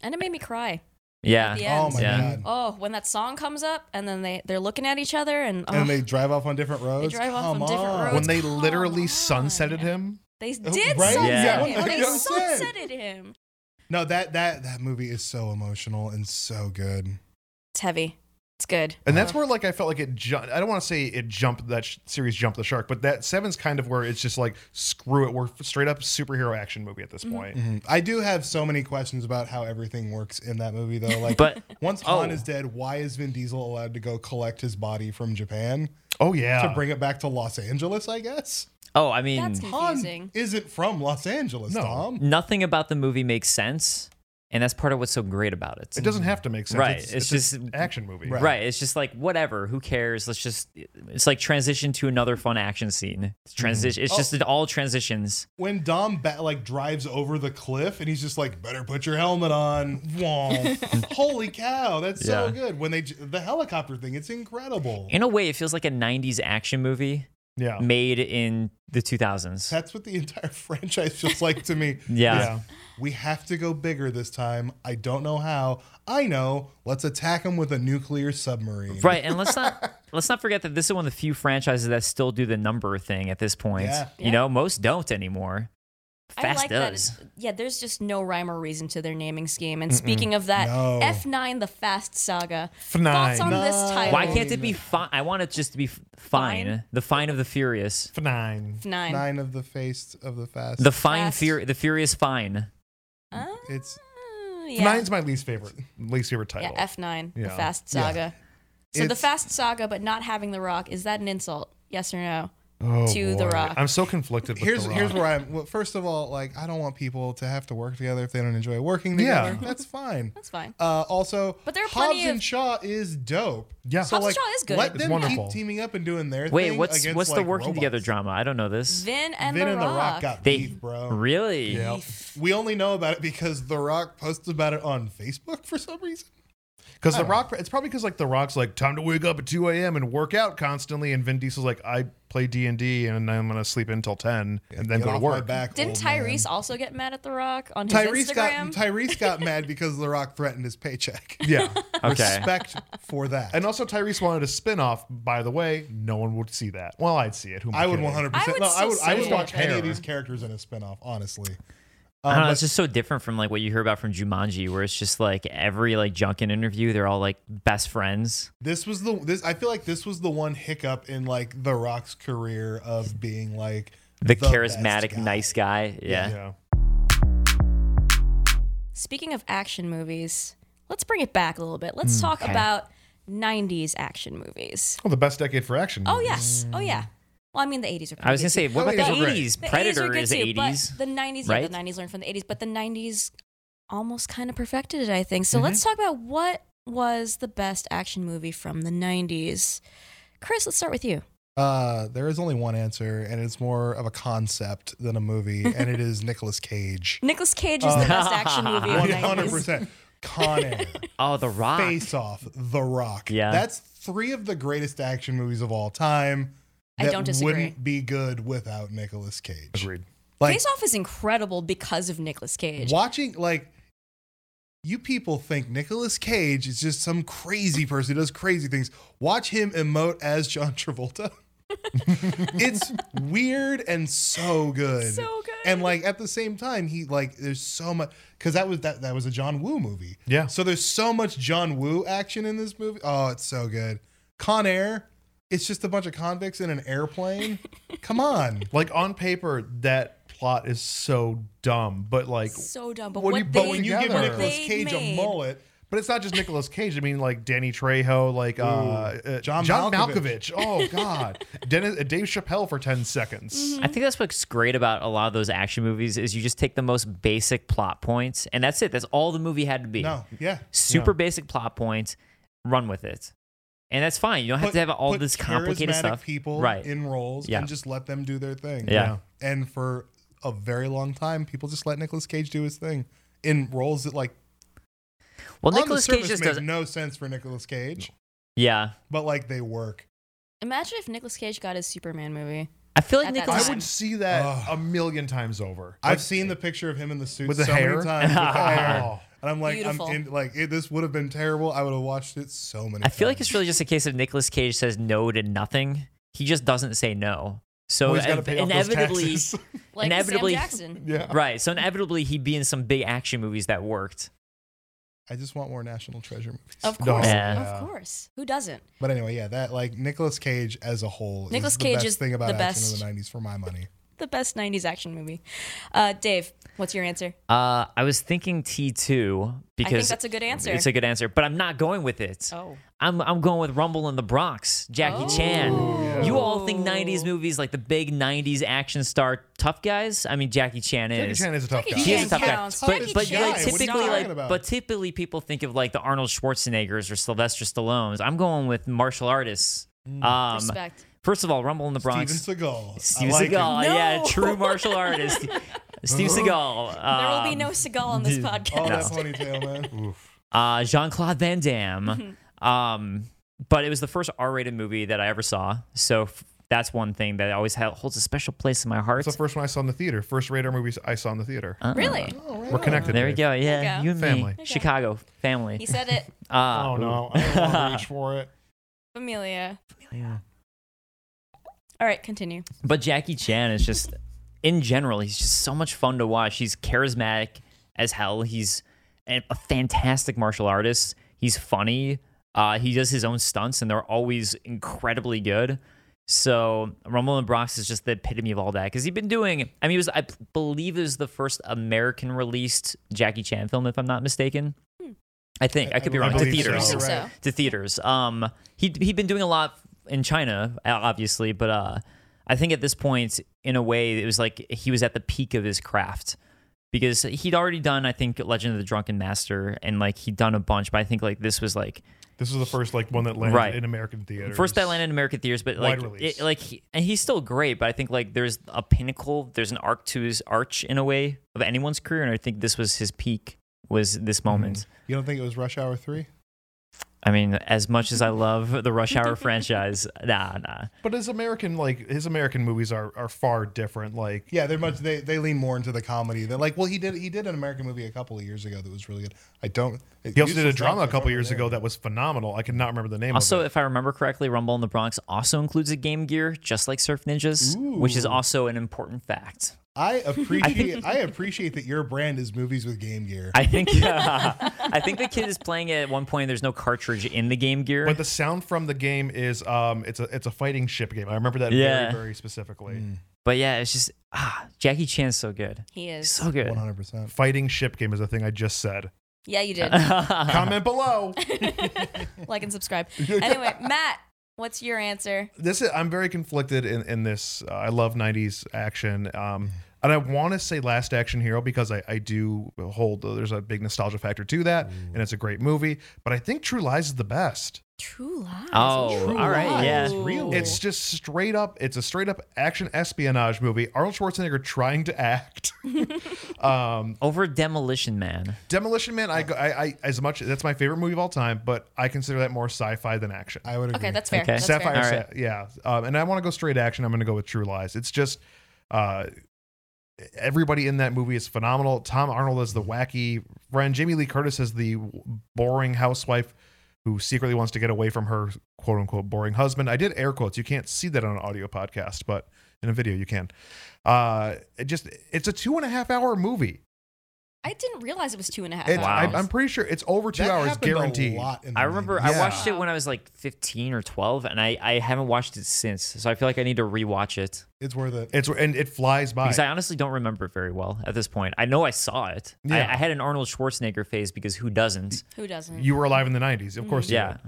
Speaker 1: And it made me cry.
Speaker 4: Yeah.
Speaker 1: the
Speaker 3: Oh
Speaker 1: end.
Speaker 3: my
Speaker 4: Yeah.
Speaker 3: god.
Speaker 1: Oh, when that song comes up and then they, they're looking at each other and, oh,
Speaker 3: And they drive off on different roads.
Speaker 1: drive off
Speaker 3: Come
Speaker 1: on different
Speaker 3: on.
Speaker 1: roads.
Speaker 2: When they
Speaker 1: Come
Speaker 2: literally
Speaker 1: on.
Speaker 2: sunsetted him.
Speaker 1: they did
Speaker 3: right?
Speaker 1: sunset
Speaker 4: Yeah.
Speaker 1: him. They
Speaker 3: Yeah.
Speaker 1: sunsetted him.
Speaker 3: No, that that that movie is so emotional and so good.
Speaker 1: It's heavy. It's good.
Speaker 2: And that's where, like, I felt like it. Ju- I don't want to say it jumped that sh- series jumped the shark, but that seven's kind of where it's just like, screw it, we're straight up superhero action movie at this
Speaker 1: Mm-hmm.
Speaker 2: point.
Speaker 3: I do have so many questions about how everything works in that movie, though. Like,
Speaker 4: But-
Speaker 3: once Han
Speaker 4: oh.
Speaker 3: is dead, why is Vin Diesel allowed to go collect his body from Japan
Speaker 2: Oh yeah,
Speaker 3: to bring it back to Los Angeles? I guess
Speaker 4: Oh, I mean,
Speaker 1: That's
Speaker 3: Han
Speaker 1: confusing.
Speaker 3: isn't from Los Angeles,
Speaker 2: No.
Speaker 3: Tom.
Speaker 4: nothing about the movie makes sense and that's part of what's so great about it.
Speaker 2: It doesn't have to make sense.
Speaker 4: Right,
Speaker 2: It's,
Speaker 4: it's
Speaker 2: it's an
Speaker 4: just-
Speaker 2: action movie.
Speaker 3: Right.
Speaker 4: Right. It's just like whatever. Who cares? Let's just. It's like transition to another fun action scene. It's transition.
Speaker 3: Mm-hmm.
Speaker 4: It's
Speaker 1: Oh.
Speaker 4: just all transitions.
Speaker 3: when Dom ba- like drives over the cliff and he's just like, "Better put your helmet on." Whoa. Holy cow, that's so
Speaker 4: Yeah.
Speaker 3: good. When they j- the helicopter thing, it's incredible.
Speaker 4: In a way, it feels like a '90s action movie
Speaker 2: Yeah.
Speaker 4: made in the 2000s.
Speaker 3: Oh. that's what the entire franchise feels like to me.
Speaker 4: Yeah.
Speaker 3: Is We have to go bigger this time. I don't know how. I know. Let's attack them with a nuclear submarine.
Speaker 4: Right. And let's not let's not forget that this is one of the few franchises that still do the number thing at this point.
Speaker 3: Yeah.
Speaker 4: You know, most don't anymore. Fast does.
Speaker 1: that. Yeah, there's just no rhyme or reason to their naming scheme. And speaking of that,
Speaker 3: No.
Speaker 1: F9 the Fast Saga.
Speaker 2: F9.
Speaker 1: Thoughts on this
Speaker 3: Nine.
Speaker 1: title?
Speaker 4: Why can't it be fine? I want it just to be f- fine.
Speaker 1: Fine?
Speaker 4: The fine of the furious.
Speaker 2: Nine.
Speaker 1: F9.
Speaker 3: Nine of the face of the fast.
Speaker 4: The fine
Speaker 1: Fast.
Speaker 4: fur- the furious fine.
Speaker 1: Uh,
Speaker 3: It's-
Speaker 1: yeah.
Speaker 2: Nine's my least favorite. Least favorite title.
Speaker 1: Yeah, F9 the
Speaker 2: Yeah.
Speaker 1: Fast Saga. So the
Speaker 3: It's-
Speaker 1: Fast Saga, but not having The Rock, is that an insult? Yes or no?
Speaker 2: Oh,
Speaker 1: to The
Speaker 2: boy.
Speaker 1: Rock.
Speaker 2: I'm so conflicted. With
Speaker 3: here's
Speaker 2: the
Speaker 3: here's
Speaker 2: Rock.
Speaker 3: where I'm. Well, first of all, like I don't want people to have to work together if they don't enjoy working together.
Speaker 2: Yeah.
Speaker 3: That's fine.
Speaker 1: That's fine.
Speaker 3: Uh, also,
Speaker 1: But there are
Speaker 3: Hobbs
Speaker 1: plenty
Speaker 3: and
Speaker 1: of-
Speaker 3: Shaw is dope.
Speaker 2: Yeah.
Speaker 1: Hobbs and Shaw is good.
Speaker 3: Let
Speaker 2: It's
Speaker 3: them
Speaker 2: wonderful.
Speaker 3: keep teaming up and doing their
Speaker 4: Wait,
Speaker 3: thing.
Speaker 4: what's
Speaker 3: against,
Speaker 4: what's the
Speaker 3: like,
Speaker 4: working
Speaker 3: robots.
Speaker 4: together drama? I don't know this.
Speaker 1: Vin and,
Speaker 3: Vin
Speaker 1: the,
Speaker 3: and
Speaker 1: Rock.
Speaker 3: The Rock got
Speaker 4: They
Speaker 3: beef, bro.
Speaker 4: really?
Speaker 3: Yeah. We only know about it because The Rock posted about it on Facebook for some reason.
Speaker 2: Because the
Speaker 3: Oh.
Speaker 2: Rock, it's probably because like the Rock's like time to wake up at 2 a.m. and work out constantly, and Vin Diesel's like I play D and D and I'm gonna sleep until 10 and then
Speaker 3: Get
Speaker 2: go to
Speaker 3: off my
Speaker 2: work.
Speaker 3: back,
Speaker 1: Didn't
Speaker 3: old man.
Speaker 1: Tyrese also get mad at The Rock on his
Speaker 3: Tyrese got
Speaker 1: Instagram?
Speaker 3: Tyrese got mad because The Rock threatened his paycheck.
Speaker 2: Yeah.
Speaker 4: Okay.
Speaker 3: Respect for that.
Speaker 2: and also Tyrese wanted a spin-off. By the way, no one would see that. Well, I'd see it. Who am
Speaker 3: I would
Speaker 2: kidding?
Speaker 3: 100.
Speaker 1: I would
Speaker 3: percent No, I
Speaker 1: still
Speaker 3: would. I
Speaker 1: say
Speaker 3: would watch
Speaker 1: that.
Speaker 3: any of these characters in a spinoff. Honestly,
Speaker 4: I don't know.
Speaker 3: but-
Speaker 4: It's just so different from like what you hear about from Jumanji, where it's just like every like Junkin interview, they're all like best friends.
Speaker 3: this was the this. I feel like this was the one hiccup in like The Rock's career of being like
Speaker 4: The,
Speaker 3: best
Speaker 4: charismatic,
Speaker 3: guy.
Speaker 4: nice guy. Yeah.
Speaker 2: Yeah.
Speaker 1: Speaking of action movies, let's bring it back a little bit. Let's
Speaker 3: Hmm,
Speaker 1: talk about 90s action movies.
Speaker 2: Well, the best decade for action.
Speaker 1: Oh, yes. Oh, yeah. Well, I mean, the 80s are pretty
Speaker 4: I was gonna say, what about
Speaker 2: Predators are
Speaker 4: the
Speaker 2: great.
Speaker 4: '80s?
Speaker 1: The 80s are
Speaker 4: Predator
Speaker 1: good
Speaker 4: is
Speaker 1: too, but
Speaker 4: '80s.
Speaker 1: The 90s, yeah,
Speaker 4: right?
Speaker 1: the 90s learned from the 80s, but the 90s almost kind of perfected it, I think. So let's
Speaker 4: Mm-hmm.
Speaker 1: talk about what was the best action movie from the 90s. Chris, let's start with you.
Speaker 3: Uh, there is only one answer, and it's more of a concept than a movie, and it is Nicolas Cage.
Speaker 1: Nicolas Cage is the best action movie of the
Speaker 3: 100
Speaker 1: 90s.
Speaker 3: percent. Con Air,
Speaker 4: Oh, The
Speaker 1: Ah.
Speaker 4: Rock.
Speaker 3: Face Off, The Rock.
Speaker 4: Yeah.
Speaker 3: that's three of the greatest action movies of all time.
Speaker 1: I
Speaker 3: that
Speaker 1: don't disagree.
Speaker 3: Wouldn't be good without Nicolas Cage.
Speaker 2: Agreed.
Speaker 3: Like
Speaker 1: Face Off is incredible because of Nicolas Cage.
Speaker 3: watching like you people think Nicolas Cage is just some crazy person who does crazy things. Watch him emote as John Travolta. it's weird and so good.
Speaker 1: So good.
Speaker 3: And like at the same time, he like there's so much because that was that that was a John Woo movie.
Speaker 2: Yeah.
Speaker 3: So there's so much John Woo action in this movie. Oh, it's so good. Con Air, it's just a bunch of convicts in an airplane. Come on.
Speaker 2: Like on paper, that plot is so dumb, but like,
Speaker 1: so dumb. But
Speaker 2: When
Speaker 1: what
Speaker 2: you-
Speaker 1: they,
Speaker 2: but
Speaker 3: But when you
Speaker 2: Together.
Speaker 3: give
Speaker 2: What
Speaker 3: Nicolas
Speaker 1: they
Speaker 3: Cage
Speaker 1: made-
Speaker 3: a mullet,
Speaker 2: but it's not just Nicolas Cage. I mean, like Danny Trejo, like uh, uh,
Speaker 3: John
Speaker 2: Malkovich. Oh God, Dennis, uh, Dave Chappelle for ten
Speaker 1: Mm-hmm.
Speaker 2: seconds.
Speaker 4: I think that's what's great about a lot of those action movies is you just take the most basic plot points, and that's it. That's all the movie had to be.
Speaker 3: No, yeah.
Speaker 4: Super basic plot points. Run with it, and that's fine. You don't have to have all
Speaker 3: put
Speaker 4: this complicated
Speaker 3: charismatic
Speaker 4: stuff.
Speaker 3: People
Speaker 4: right.
Speaker 3: in roles
Speaker 4: Yeah.
Speaker 3: and just let them do their thing.
Speaker 4: Yeah.
Speaker 3: And for a very long time, people just let Nicolas Cage do his thing in roles that like
Speaker 4: well,
Speaker 3: on the
Speaker 4: Nicolas Cage
Speaker 3: surface
Speaker 4: just
Speaker 3: make
Speaker 4: does.
Speaker 3: no sense for Nicolas Cage,
Speaker 4: Yeah.
Speaker 3: but like they work.
Speaker 1: Imagine if Nicolas Cage got his Superman movie.
Speaker 4: I feel like
Speaker 1: At that
Speaker 4: Nicolas.
Speaker 2: I
Speaker 1: time.
Speaker 2: would see that
Speaker 3: Ugh.
Speaker 2: a million times over.
Speaker 3: I've seen the picture of him in the suit
Speaker 2: With the
Speaker 3: so
Speaker 2: hair?
Speaker 3: many times with the hair.
Speaker 2: Oh.
Speaker 3: And I'm like,
Speaker 1: Beautiful.
Speaker 3: I'm in, like it, this would have been terrible. I would have watched it so many.
Speaker 4: I feel like
Speaker 3: times.
Speaker 4: it's really just a case of Nicolas Cage says no to nothing. He just doesn't say no. So
Speaker 2: Well, he's gotta
Speaker 4: ev-
Speaker 2: pay off those
Speaker 4: inevitably,
Speaker 2: taxes.
Speaker 1: Like
Speaker 4: Inevitably-
Speaker 1: Sam Jackson.
Speaker 2: yeah.
Speaker 4: right? So inevitably, he'd be in some big action movies that worked.
Speaker 3: I just want more National Treasure movies.
Speaker 1: Of
Speaker 2: No.
Speaker 1: course.
Speaker 2: Yeah.
Speaker 1: Of course. Who doesn't?
Speaker 3: But anyway, yeah, that like Nicolas Cage as a whole.
Speaker 1: Nicolas
Speaker 3: is the
Speaker 1: Cage
Speaker 3: best
Speaker 1: is
Speaker 3: thing about
Speaker 1: the
Speaker 3: action
Speaker 1: best.
Speaker 3: in the '90s for my money.
Speaker 1: the best 90s action movie. Uh, Dave, what's your answer?
Speaker 4: Uh, I was thinking T2 because
Speaker 1: that's a good answer.
Speaker 4: It's a good answer, but I'm not going with it.
Speaker 1: Oh.
Speaker 4: I'm, I'm going with Rumble in the Bronx, Jackie Chan. You all
Speaker 1: Oh.
Speaker 4: think 90s movies like the big 90s action star tough guys? I mean, Jackie Chan is.
Speaker 2: Jackie Chan is a tough
Speaker 1: Jackie
Speaker 2: guy.
Speaker 4: He is a tough guy.
Speaker 1: Counts.
Speaker 4: But,
Speaker 1: Jackie
Speaker 4: but
Speaker 1: Chan
Speaker 4: like
Speaker 1: is
Speaker 4: typically
Speaker 1: not-
Speaker 4: like
Speaker 3: Talking about.
Speaker 4: but typically people think of like the Arnold Schwarzeneggers or Sylvester Stallones. I'm going with martial artists. Um,
Speaker 1: Mm. Respect.
Speaker 4: First of all, Rumble in the Bronx.
Speaker 3: Steven Seagal. I
Speaker 4: Steve
Speaker 3: like him.
Speaker 4: Seagal, yeah,
Speaker 1: No.
Speaker 4: true martial artist. Steve Seagal.
Speaker 1: There will be
Speaker 4: um,
Speaker 1: no Seagal on this podcast.
Speaker 3: Oh, that
Speaker 4: No.
Speaker 3: ponytail, man.
Speaker 4: uh, Jean Claude Van Damme.
Speaker 1: Mm-hmm.
Speaker 4: um, but it was the first R rated movie that I ever saw. So f- that's one thing that always ha- holds a special place in my heart. Uh-uh.
Speaker 2: It's the first one I saw in the theater. First radar movies I saw in the theater.
Speaker 1: Really?
Speaker 3: Oh,
Speaker 2: We're connected.
Speaker 4: there we
Speaker 2: Dave.
Speaker 4: go. Yeah,
Speaker 1: go.
Speaker 4: you and
Speaker 2: Family.
Speaker 4: me. Chicago family.
Speaker 1: He said it.
Speaker 4: Uh,
Speaker 2: Oh no, I don't want to reach for it.
Speaker 1: Familia.
Speaker 4: yeah.
Speaker 1: All right, continue.
Speaker 4: But Jackie Chan is just, in general, he's just so much fun to watch. He's charismatic as hell. He's a a fantastic martial artist. He's funny. Uh, he does his own stunts, and they're always incredibly good. So Rumble in the Bronx is just the epitome of all that because he'd been doing. I mean, it was I believe it was the first American released Jackie Chan film, if I'm not mistaken. I think I, could be
Speaker 3: I
Speaker 4: wrong. To
Speaker 3: believe so.
Speaker 4: theaters,
Speaker 3: You're
Speaker 1: right.
Speaker 4: to theaters. Um, he he'd been doing a lot in China, uh, obviously, but uh, I think at this point, in a way, it was like he was at the peak of his craft because he'd already done, I think, Legend of the Drunken Master, and like he'd done a bunch, but I think like this was like
Speaker 2: This is the first like one that landed
Speaker 4: Right.
Speaker 2: in American theaters.
Speaker 4: First, that landed in American theaters, but like,
Speaker 2: Wide
Speaker 4: it,
Speaker 2: release.
Speaker 4: like, he, and he's still great. But I think like there's a pinnacle, there's an arc to his arch in a way of anyone's career, and I think this was his peak. Was
Speaker 2: Mm-hmm.
Speaker 4: this moment?
Speaker 3: You don't think it was Rush Hour 3?
Speaker 4: I mean, as much as I love the Rush Hour franchise, nah, nah.
Speaker 2: But his American like his American movies are are far different. Like
Speaker 3: Yeah, they're much they, they lean more into the comedy. They're like, well, he did he did an American movie a couple of years ago that was really good. I don't.
Speaker 2: he also did a drama a couple years ago that was phenomenal. I could not remember the name.
Speaker 4: Also,
Speaker 2: of it.
Speaker 4: if I remember correctly, Rumble in the Bronx also includes a Game Gear, just like Surf Ninjas, which is also an important fact.
Speaker 3: I appreciate I appreciate that your brand is movies with Game Gear.
Speaker 4: I think uh, I think the kid is playing it at one point. There's no cartridge in the Game Gear.
Speaker 2: But the sound from the game is um, it's a it's a fighting ship game. I remember that
Speaker 4: Yeah.
Speaker 2: very very specifically.
Speaker 4: But yeah, it's just ah, Jackie Chan's so good,
Speaker 1: He is.
Speaker 4: so good.
Speaker 3: One hundred percent.
Speaker 2: Fighting ship game is a thing I just said.
Speaker 1: yeah, you did.
Speaker 2: Comment below.
Speaker 1: like and subscribe. Anyway, Matt, what's your answer?
Speaker 2: This is, I'm very conflicted in in this. Uh, I love '90s action, um, and I want to say Last Action Hero because I I do hold uh, there's a big nostalgia factor to that, and it's a great movie. But I think True Lies is the best.
Speaker 1: True lies.
Speaker 4: Oh, all right, yeah.
Speaker 1: Really?
Speaker 2: It's just straight up. It's a straight up action espionage movie. Arnold Schwarzenegger trying to act.
Speaker 4: Over Demolition Man.
Speaker 2: Demolition Man. I, go, I I as much that's my favorite movie of all time, but I consider that more sci-fi than action.
Speaker 3: I would agree.
Speaker 1: Okay, that's fair.
Speaker 4: Okay.
Speaker 1: That's
Speaker 2: Sapphire,
Speaker 1: fair.
Speaker 4: fair.
Speaker 2: Sa- yeah. Um, and I want to go straight action. I'm going to go with True Lies. It's just uh, everybody in that movie is phenomenal. Tom Arnold is the wacky friend. Jamie Lee Curtis is the boring housewife who secretly wants to get away from her quote unquote boring husband. I did air quotes. You can't see that on an audio podcast, but in a video you can. Uh, it just it's a two and a half hour movie.
Speaker 1: I didn't realize it was two and a half
Speaker 2: It,
Speaker 4: Wow.
Speaker 1: hours.
Speaker 2: I, I'm pretty sure it's over two
Speaker 3: That
Speaker 2: hours
Speaker 3: happened a
Speaker 2: guaranteed.
Speaker 3: lot in the
Speaker 4: I remember
Speaker 3: 90s.
Speaker 4: I
Speaker 2: Mm, Yeah.
Speaker 4: watched it when I was like 15 or 12, and I, I haven't watched it since. So I feel like I need to rewatch it
Speaker 3: It's worth it.
Speaker 2: It's and it flies by.
Speaker 4: because I honestly don't remember it very well at this point. I know I saw it. I,
Speaker 2: Yeah.
Speaker 4: I had an Arnold Schwarzenegger phase because who doesn't?
Speaker 1: Who doesn't?
Speaker 2: you were alive in the 90s of course you
Speaker 4: Yeah.
Speaker 2: were.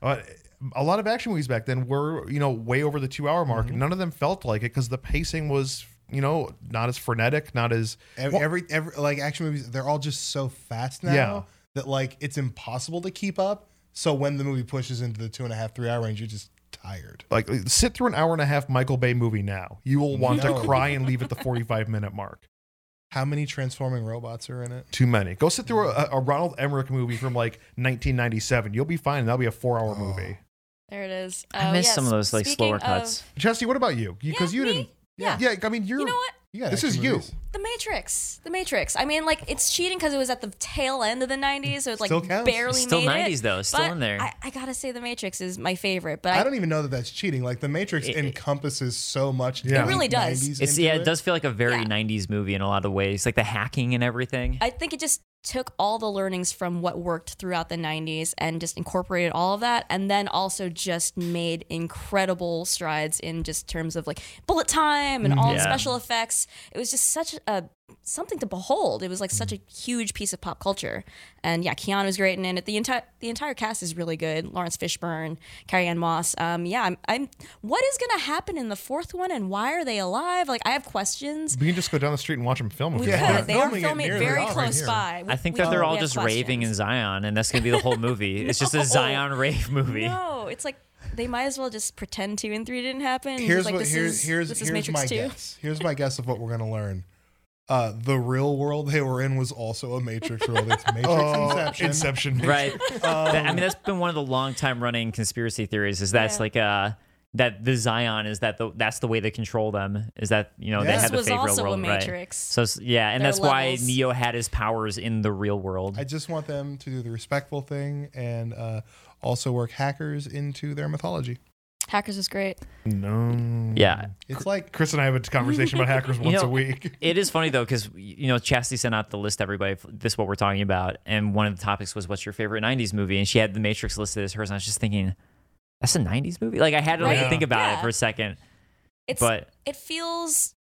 Speaker 2: But Uh, a lot of action movies back then were you know way over the two hour mark
Speaker 4: Mm-hmm.
Speaker 2: none of them felt like it because the pacing was you know not as frenetic not as
Speaker 3: Ev-
Speaker 2: well,
Speaker 3: every every like action movies, they're all just so fast now
Speaker 2: Yeah.
Speaker 3: that like it's impossible to keep up. So when the movie pushes into the two and a half, three hour range, you're just tired.
Speaker 2: like sit through an hour and a half michael bay movie now you will want
Speaker 3: No.
Speaker 2: to cry and leave at the 45 minute mark
Speaker 3: How many transforming robots are in it?
Speaker 2: too many go sit through a, a ronald emmerich movie from like 1997 you'll be fine that'll be a four
Speaker 4: Oh.
Speaker 2: hour movie
Speaker 1: there it is.
Speaker 4: I
Speaker 1: Oh,
Speaker 4: miss
Speaker 1: yes.
Speaker 4: some of those like
Speaker 1: Speaking
Speaker 4: slower
Speaker 1: of-
Speaker 4: cuts.
Speaker 2: Chesty, what about you because
Speaker 1: Yeah,
Speaker 2: you
Speaker 1: me?
Speaker 2: didn't
Speaker 1: Yeah.
Speaker 2: yeah i mean you're
Speaker 1: You know what?
Speaker 3: You got
Speaker 2: This
Speaker 3: action
Speaker 2: is you.
Speaker 3: movies.
Speaker 1: The Matrix. The Matrix. I mean, like it's cheating because it was at the tail end of the '90s, so it's like
Speaker 3: Still counts.
Speaker 1: barely
Speaker 4: Still
Speaker 1: made
Speaker 4: 90s
Speaker 1: it.
Speaker 4: though, still
Speaker 1: But
Speaker 4: in there.
Speaker 1: I, I gotta say, The Matrix is my favorite. But I,
Speaker 3: I don't even know that that's cheating. Like the Matrix encompasses so much.
Speaker 2: Yeah. It
Speaker 1: really does. Uh,
Speaker 4: It's yeah, it does feel like a very 90s movie in a lot of ways, like the hacking and everything.
Speaker 1: I think it just took all the learnings from what worked throughout the 90s and just incorporated all of that and then also just made incredible strides in just terms of like bullet time and all the
Speaker 4: Yeah.
Speaker 1: special effects it was just such a something to behold it was like such a huge piece of pop culture and yeah keanu's great in it the entire the entire cast is really good lawrence fishburne carrie ann moss um yeah I'm, I'm what is gonna happen in the fourth one and why are they alive like i have questions
Speaker 2: We can just go down the street and watch them film. if you
Speaker 1: we
Speaker 2: want.
Speaker 3: they're
Speaker 1: could. They are
Speaker 3: filming it
Speaker 1: filming
Speaker 3: near
Speaker 1: it
Speaker 3: the
Speaker 1: very
Speaker 3: office
Speaker 1: close
Speaker 3: here.
Speaker 1: by. We-
Speaker 4: I think
Speaker 1: we-
Speaker 4: that they're
Speaker 1: we
Speaker 4: all
Speaker 1: have
Speaker 4: just raving in
Speaker 1: questions.
Speaker 4: Zion, and that's gonna be the whole movie. It's just
Speaker 1: No.
Speaker 4: a Zion rave movie.
Speaker 1: No, it's like they might as well just pretend two and three didn't happen. and just
Speaker 3: here's
Speaker 1: like,
Speaker 3: what
Speaker 1: this
Speaker 3: here's
Speaker 1: is,
Speaker 3: here's
Speaker 1: this is
Speaker 3: here's
Speaker 1: Matrix
Speaker 3: my
Speaker 1: 2.
Speaker 3: guess. Here's my guess of what we're gonna learn. Uh, the real world they were in was also a Matrix world. It's Matrix
Speaker 2: Oh,
Speaker 3: Inception.
Speaker 2: Inception.
Speaker 4: Right. That-
Speaker 3: Oh.
Speaker 4: I mean, that's been one of the long time running conspiracy theories. Is that's
Speaker 1: Yeah.
Speaker 4: like uh that the Zion is that the, that's the way they control them. Is that you know they
Speaker 3: This
Speaker 4: have the
Speaker 1: was
Speaker 4: fake real
Speaker 1: also a
Speaker 4: world, right?
Speaker 1: Matrix.
Speaker 4: So s- yeah, and
Speaker 1: There are
Speaker 4: that's
Speaker 1: levels.
Speaker 4: why Neo had his powers in the real world.
Speaker 3: I just want them to do the respectful thing and uh, also work hackers into their mythology.
Speaker 1: Hackers was great.
Speaker 2: No.
Speaker 4: yeah,
Speaker 3: It's like
Speaker 2: Chris and I have a conversation about hackers once
Speaker 4: know-
Speaker 2: a week.
Speaker 4: It is funny though, because you know, Chastity sent out the list to everybody. f- This is what we're talking about, and one of the topics was, "What's your favorite '90s movie?" And she had The Matrix listed as hers, and I was just thinking, "That's a '90s movie." Like I had to like
Speaker 1: Right?
Speaker 4: think about
Speaker 1: Yeah.
Speaker 4: it for a second,
Speaker 1: It's
Speaker 4: but
Speaker 1: it feels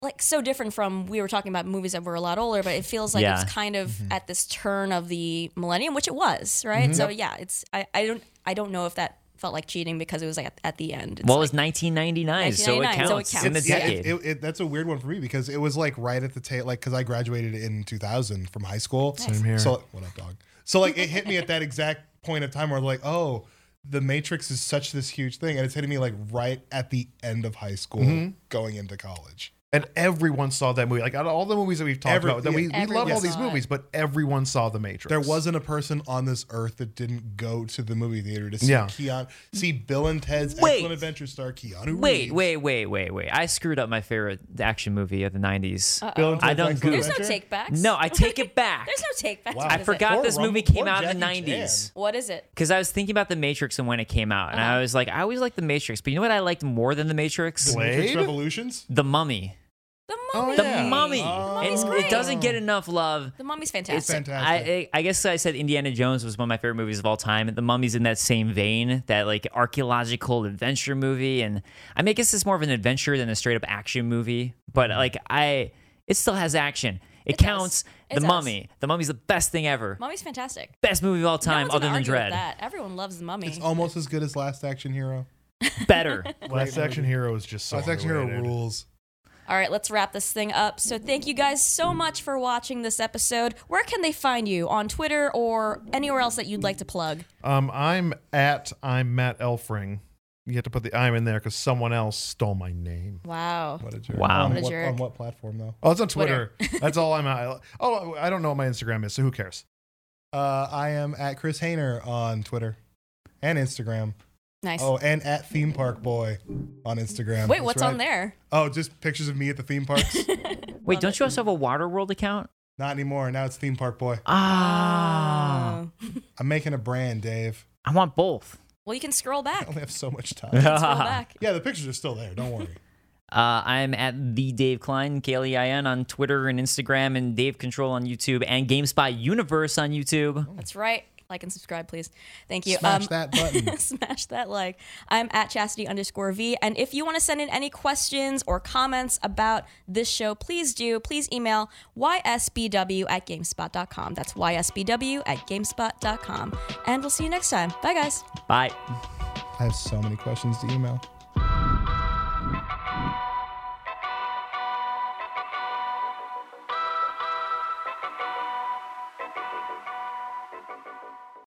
Speaker 1: like so different from we were talking about movies that were a lot older, but it feels like
Speaker 4: Yeah. Mm-hmm.
Speaker 1: it's kind of at this turn of the millennium, which it was, right?
Speaker 3: Mm-hmm.
Speaker 1: So yeah, it's I, I don't I don't know if that felt like cheating because it was like at, at the end. It's
Speaker 4: well, it
Speaker 1: like-
Speaker 4: was 1999, so it
Speaker 1: 1999,
Speaker 4: counts.
Speaker 1: so it
Speaker 4: It's in the
Speaker 1: counts. Yeah,
Speaker 4: decade.
Speaker 3: It, it, that's a weird one for me because it was like right at the tail, like because I graduated in 2000 from high school.
Speaker 2: Same here.
Speaker 3: So what up, dog? So like it hit me at that exact point of time where like, oh, the Matrix is such this huge thing, and it's hitting me like right at the end of high school,
Speaker 4: Mm-hmm.
Speaker 3: going into college.
Speaker 2: And everyone saw that movie. Like out of all the movies that we've talked
Speaker 3: Every-
Speaker 2: about, that we, we
Speaker 3: yeah.
Speaker 2: love
Speaker 1: Everyone
Speaker 2: all these
Speaker 1: saw it.
Speaker 2: movies, but everyone saw The Matrix.
Speaker 3: There wasn't a person on this earth that didn't go to the movie theater to see
Speaker 2: Yeah.
Speaker 3: Keanu, see Bill and Ted's
Speaker 4: Wait.
Speaker 3: Excellent Adventure star Keanu.
Speaker 4: Wait,
Speaker 3: Reeves.
Speaker 4: wait, wait, wait, wait! I screwed up my favorite action movie of the
Speaker 1: Uh,
Speaker 4: '90s.
Speaker 3: Bill and
Speaker 4: I
Speaker 3: Ted's
Speaker 4: done
Speaker 3: Excellent
Speaker 4: goofed.
Speaker 1: There's no
Speaker 3: Adventure?
Speaker 1: take backs.
Speaker 4: No, I take it back.
Speaker 1: There's no take backs.
Speaker 3: Wow.
Speaker 1: What
Speaker 4: I
Speaker 1: is it?
Speaker 4: forgot
Speaker 3: Or
Speaker 4: this
Speaker 3: Rum-
Speaker 4: movie came
Speaker 3: or
Speaker 4: out in the
Speaker 3: Jackie Chan.
Speaker 4: '90s.
Speaker 1: What is it?
Speaker 4: Because I was thinking about The Matrix and when it came out, and
Speaker 1: Uh-huh.
Speaker 4: I was like, I always liked The Matrix, but you know what I liked more than The Matrix?
Speaker 2: Blade?
Speaker 3: Matrix
Speaker 2: Blade?
Speaker 3: Revolutions.
Speaker 4: The Mummy.
Speaker 1: The
Speaker 2: Oh,
Speaker 1: mummy.
Speaker 4: The
Speaker 2: yeah.
Speaker 4: Mummy.
Speaker 3: Oh.
Speaker 4: and
Speaker 1: Mummy's
Speaker 4: it
Speaker 1: great.
Speaker 4: doesn't get enough love.
Speaker 1: The mummy's
Speaker 4: It's
Speaker 1: fantastic.
Speaker 3: Fantastic.
Speaker 4: I, I guess I said Indiana Jones was one of my favorite movies of all time. The Mummy's in that same vein, that like archaeological adventure movie, and I mean, I guess it's more of an adventure than a straight up action movie. But like, I it still has action. It,
Speaker 1: does.
Speaker 4: counts.
Speaker 1: It
Speaker 4: the
Speaker 1: does.
Speaker 4: Mummy. The Mummy's the best thing ever.
Speaker 1: Mummy's fantastic.
Speaker 4: best movie of all
Speaker 1: No
Speaker 4: time,
Speaker 1: one's
Speaker 4: other
Speaker 1: gonna
Speaker 4: than
Speaker 1: argue with
Speaker 4: Dread.
Speaker 1: That. Everyone loves the mummy.
Speaker 3: It's almost as good as Last Action Hero.
Speaker 4: Better.
Speaker 2: Last Action Hero is just so.
Speaker 3: Last Action Hero
Speaker 2: underrated.
Speaker 3: rules.
Speaker 1: All right, let's wrap this thing up. So, thank you guys so much for watching this episode. Where can they find you on Twitter or anywhere else that you'd like to plug?
Speaker 2: Um, I'm at I'm Matt Elfring. You have to put the I'm in there because someone else stole my name.
Speaker 1: Wow.
Speaker 3: What a jerk.
Speaker 4: Wow.
Speaker 3: On
Speaker 4: What
Speaker 1: a
Speaker 3: what,
Speaker 1: jerk.
Speaker 3: on what platform though?
Speaker 2: Oh, it's on Twitter. That's all I'm at. Oh, I don't know what my Instagram is, so who cares?
Speaker 3: Uh, I am at Chris Hayner on Twitter and Instagram.
Speaker 1: Nice.
Speaker 3: Oh, and at Theme Park Boy on Instagram.
Speaker 1: Wait,
Speaker 3: That's
Speaker 1: what's
Speaker 3: right.
Speaker 1: on there?
Speaker 3: Oh, just pictures of me at the theme parks.
Speaker 4: Wait, don't you also have a Waterworld account?
Speaker 3: Not anymore. Now it's Theme Park Boy.
Speaker 1: Oh.
Speaker 4: Ah,
Speaker 3: I'm making a brand, Dave.
Speaker 4: I want both.
Speaker 1: Well, you can scroll
Speaker 3: I
Speaker 1: back.
Speaker 3: only have so much time.
Speaker 1: Scroll back.
Speaker 3: yeah, the pictures are still there. Don't worry.
Speaker 4: Uh, I'm at the Dave Klein, K L E I N on Twitter and Instagram, and Dave Control on YouTube, and GameSpot Universe on YouTube.
Speaker 1: That's right. Like and subscribe, please. Thank you. Um,
Speaker 3: Smash that button.
Speaker 1: smash that like. I'm at chastity underscore V. And if you want to send in any questions or comments about this show, please do. Please email ysbw at gamespot.com. That's ysbw at gamespot.com. And we'll see you next time. Bye, guys.
Speaker 4: Bye.
Speaker 3: I have so many questions to email.